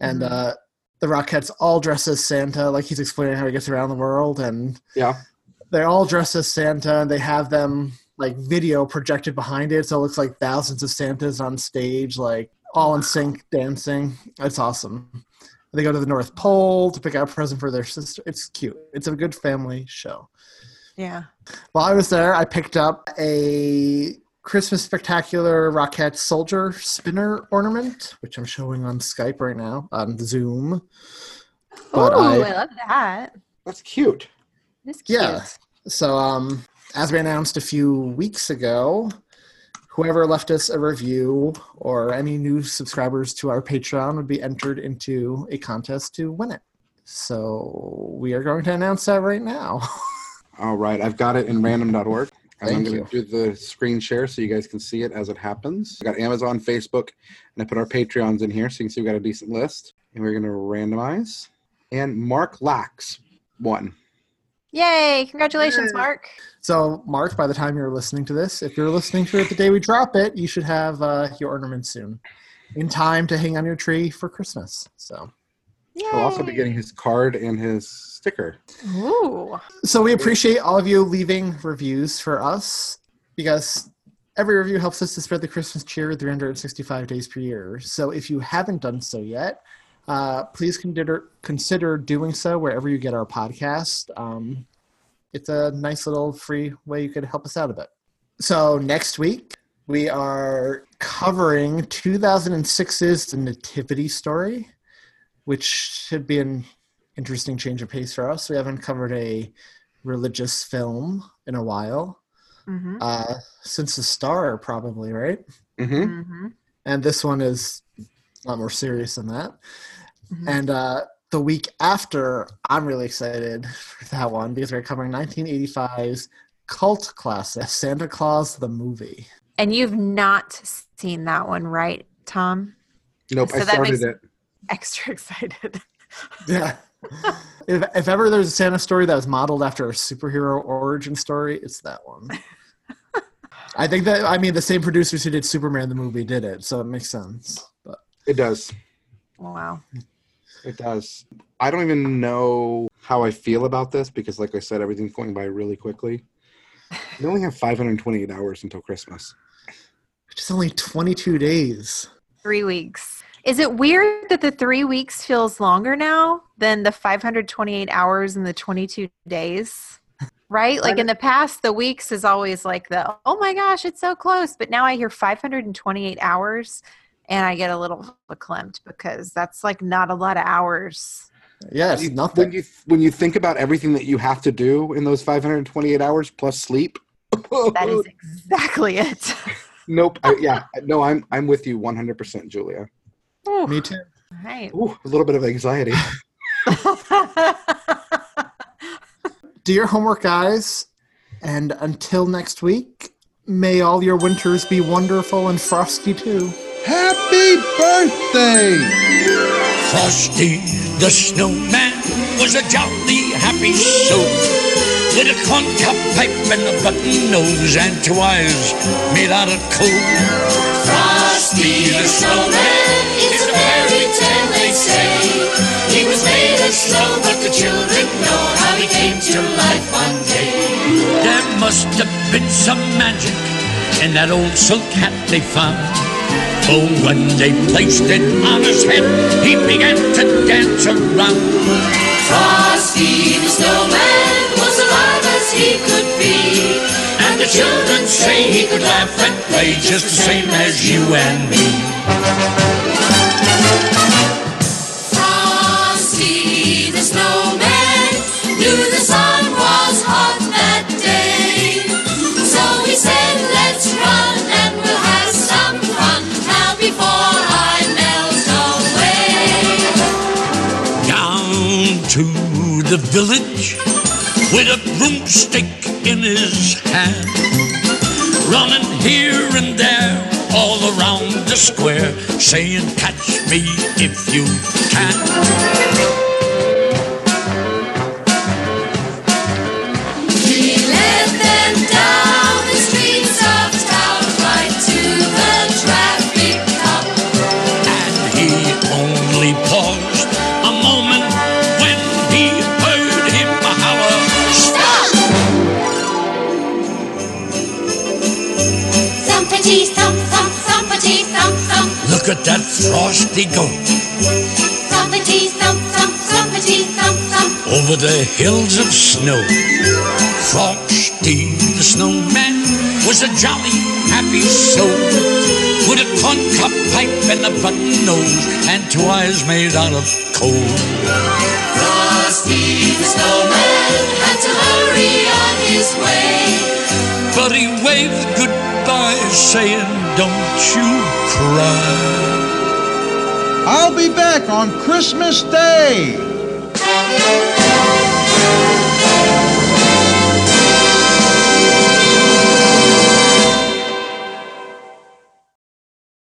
Speaker 1: and mm-hmm. uh, the Rockettes all dress as Santa. Like he's explaining how he gets around the world, and
Speaker 3: yeah.
Speaker 1: They're all dressed as Santa, and they have them like video projected behind it, so it looks like thousands of Santas on stage, like all in sync dancing. It's awesome. They go to the North Pole to pick out a present for their sister. It's cute. It's a good family show.
Speaker 2: Yeah.
Speaker 1: While I was there, I picked up a Christmas Spectacular Rockette Soldier Spinner Ornament, which I'm showing on Skype right now, on Zoom.
Speaker 2: But Ooh, I, I love that.
Speaker 3: That's cute.
Speaker 2: That's cute.
Speaker 1: Yeah. So, um, as we announced a few weeks ago, whoever left us a review or any new subscribers to our Patreon would be entered into a contest to win it. So, we are going to announce that right now.
Speaker 3: All right. I've got it in random.org. And
Speaker 1: Thank
Speaker 3: I'm going
Speaker 1: you.
Speaker 3: to do the screen share so you guys can see it as it happens. I got Amazon, Facebook, and I put our Patreons in here so you can see we got a decent list. And we're going to randomize. And Mark Lax won.
Speaker 2: Yay! Congratulations, Mark.
Speaker 1: So, Mark, by the time you're listening to this, if you're listening to it the day we drop it, you should have uh, your ornament soon, in time to hang on your tree for Christmas. So,
Speaker 3: He'll also be getting his card and his sticker.
Speaker 2: Ooh.
Speaker 1: so we appreciate all of you leaving reviews for us because every review helps us to spread the Christmas cheer 365 days per year. So, if you haven't done so yet, uh, please consider consider doing so wherever you get our podcast. Um, it's a nice little free way you could help us out a bit. So next week we are covering 2006's The Nativity Story, which should be an interesting change of pace for us. We haven't covered a religious film in a while
Speaker 2: Mm-hmm.
Speaker 1: uh, since the star, probably right.
Speaker 3: Mm-hmm.
Speaker 2: mm-hmm.
Speaker 1: and this one is a lot more serious than that.
Speaker 2: Mm-hmm.
Speaker 1: And uh, the week after, I'm really excited for that one because we're covering 1985's cult classic Santa Claus the movie.
Speaker 2: And you've not seen that one, right, Tom?
Speaker 3: Nope,
Speaker 2: So
Speaker 3: I
Speaker 2: that
Speaker 3: started
Speaker 2: makes-
Speaker 3: it.
Speaker 2: Extra excited.
Speaker 1: Yeah. if, if ever there's a Santa story that was modeled after a superhero origin story, it's that one. I think that I mean the same producers who did Superman the movie did it, so it makes sense. But
Speaker 3: It does.
Speaker 2: Wow.
Speaker 3: It does. I don't even know how I feel about this because, like I said, everything's going by really quickly. We only have 528 hours until Christmas.
Speaker 1: which is only 22 days.
Speaker 2: Three weeks. Is it weird that the three weeks feels longer now than the 528 hours and the 22 days? Right? Like in the past, the weeks is always like the, oh my gosh, it's so close. But now I hear 528 hours and I get a little verklempt because that's like not a lot of hours.
Speaker 1: Yes,
Speaker 3: You-
Speaker 1: nothing.
Speaker 3: When you when you think about everything that you have to do in those 528 hours plus sleep,
Speaker 2: That is exactly it.
Speaker 3: nope. I, yeah, no, I'm I'm with you 100%, Julia.
Speaker 2: Ooh,
Speaker 1: Me too.
Speaker 2: right.
Speaker 3: Ooh, a little bit of anxiety.
Speaker 1: do your homework, guys. And until next week, may all your winters be wonderful and frosty too.
Speaker 4: Happy birthday!
Speaker 5: Frosty the Snowman was a jolly happy soul with a corn cob pipe and a button nose and two eyes made out of coal.
Speaker 6: Frosty the Snowman is a fairy tale, they say. He was made of snow, but the children know how he came to life one day.
Speaker 5: There must have been some magic in that old silk hat they found. For when they placed it on his head, he began to dance around.
Speaker 6: Frosty the Snowman was alive as he could be. And the children say he could laugh and
Speaker 5: play just the same as you and me.
Speaker 6: Frosty the snowman knew the sun was hot that day. So he said, let's run and we'll have some fun now before I melt away.
Speaker 5: Down to the village with a broomstick in his hand, running here and there all around the square, saying, Catch me if you can.
Speaker 6: He led them down the streets of town right to the traffic cop.
Speaker 5: He only paused a moment when he heard him holler, Stop!
Speaker 6: Thumpity thump thump thumpity thump thump.
Speaker 5: Look at that frosty goat.
Speaker 6: Thumpity thump thump thumpity thump thump.
Speaker 5: Over the hills of snow, Frosty the Snowman was was a jolly, happy soul with a corncob pipe and a button nose and two eyes made out of coal.
Speaker 6: Frosty the snowman had to hurry on his way.
Speaker 5: But he waved goodbye, saying, Don't you cry.
Speaker 7: I'll be back on Christmas Day.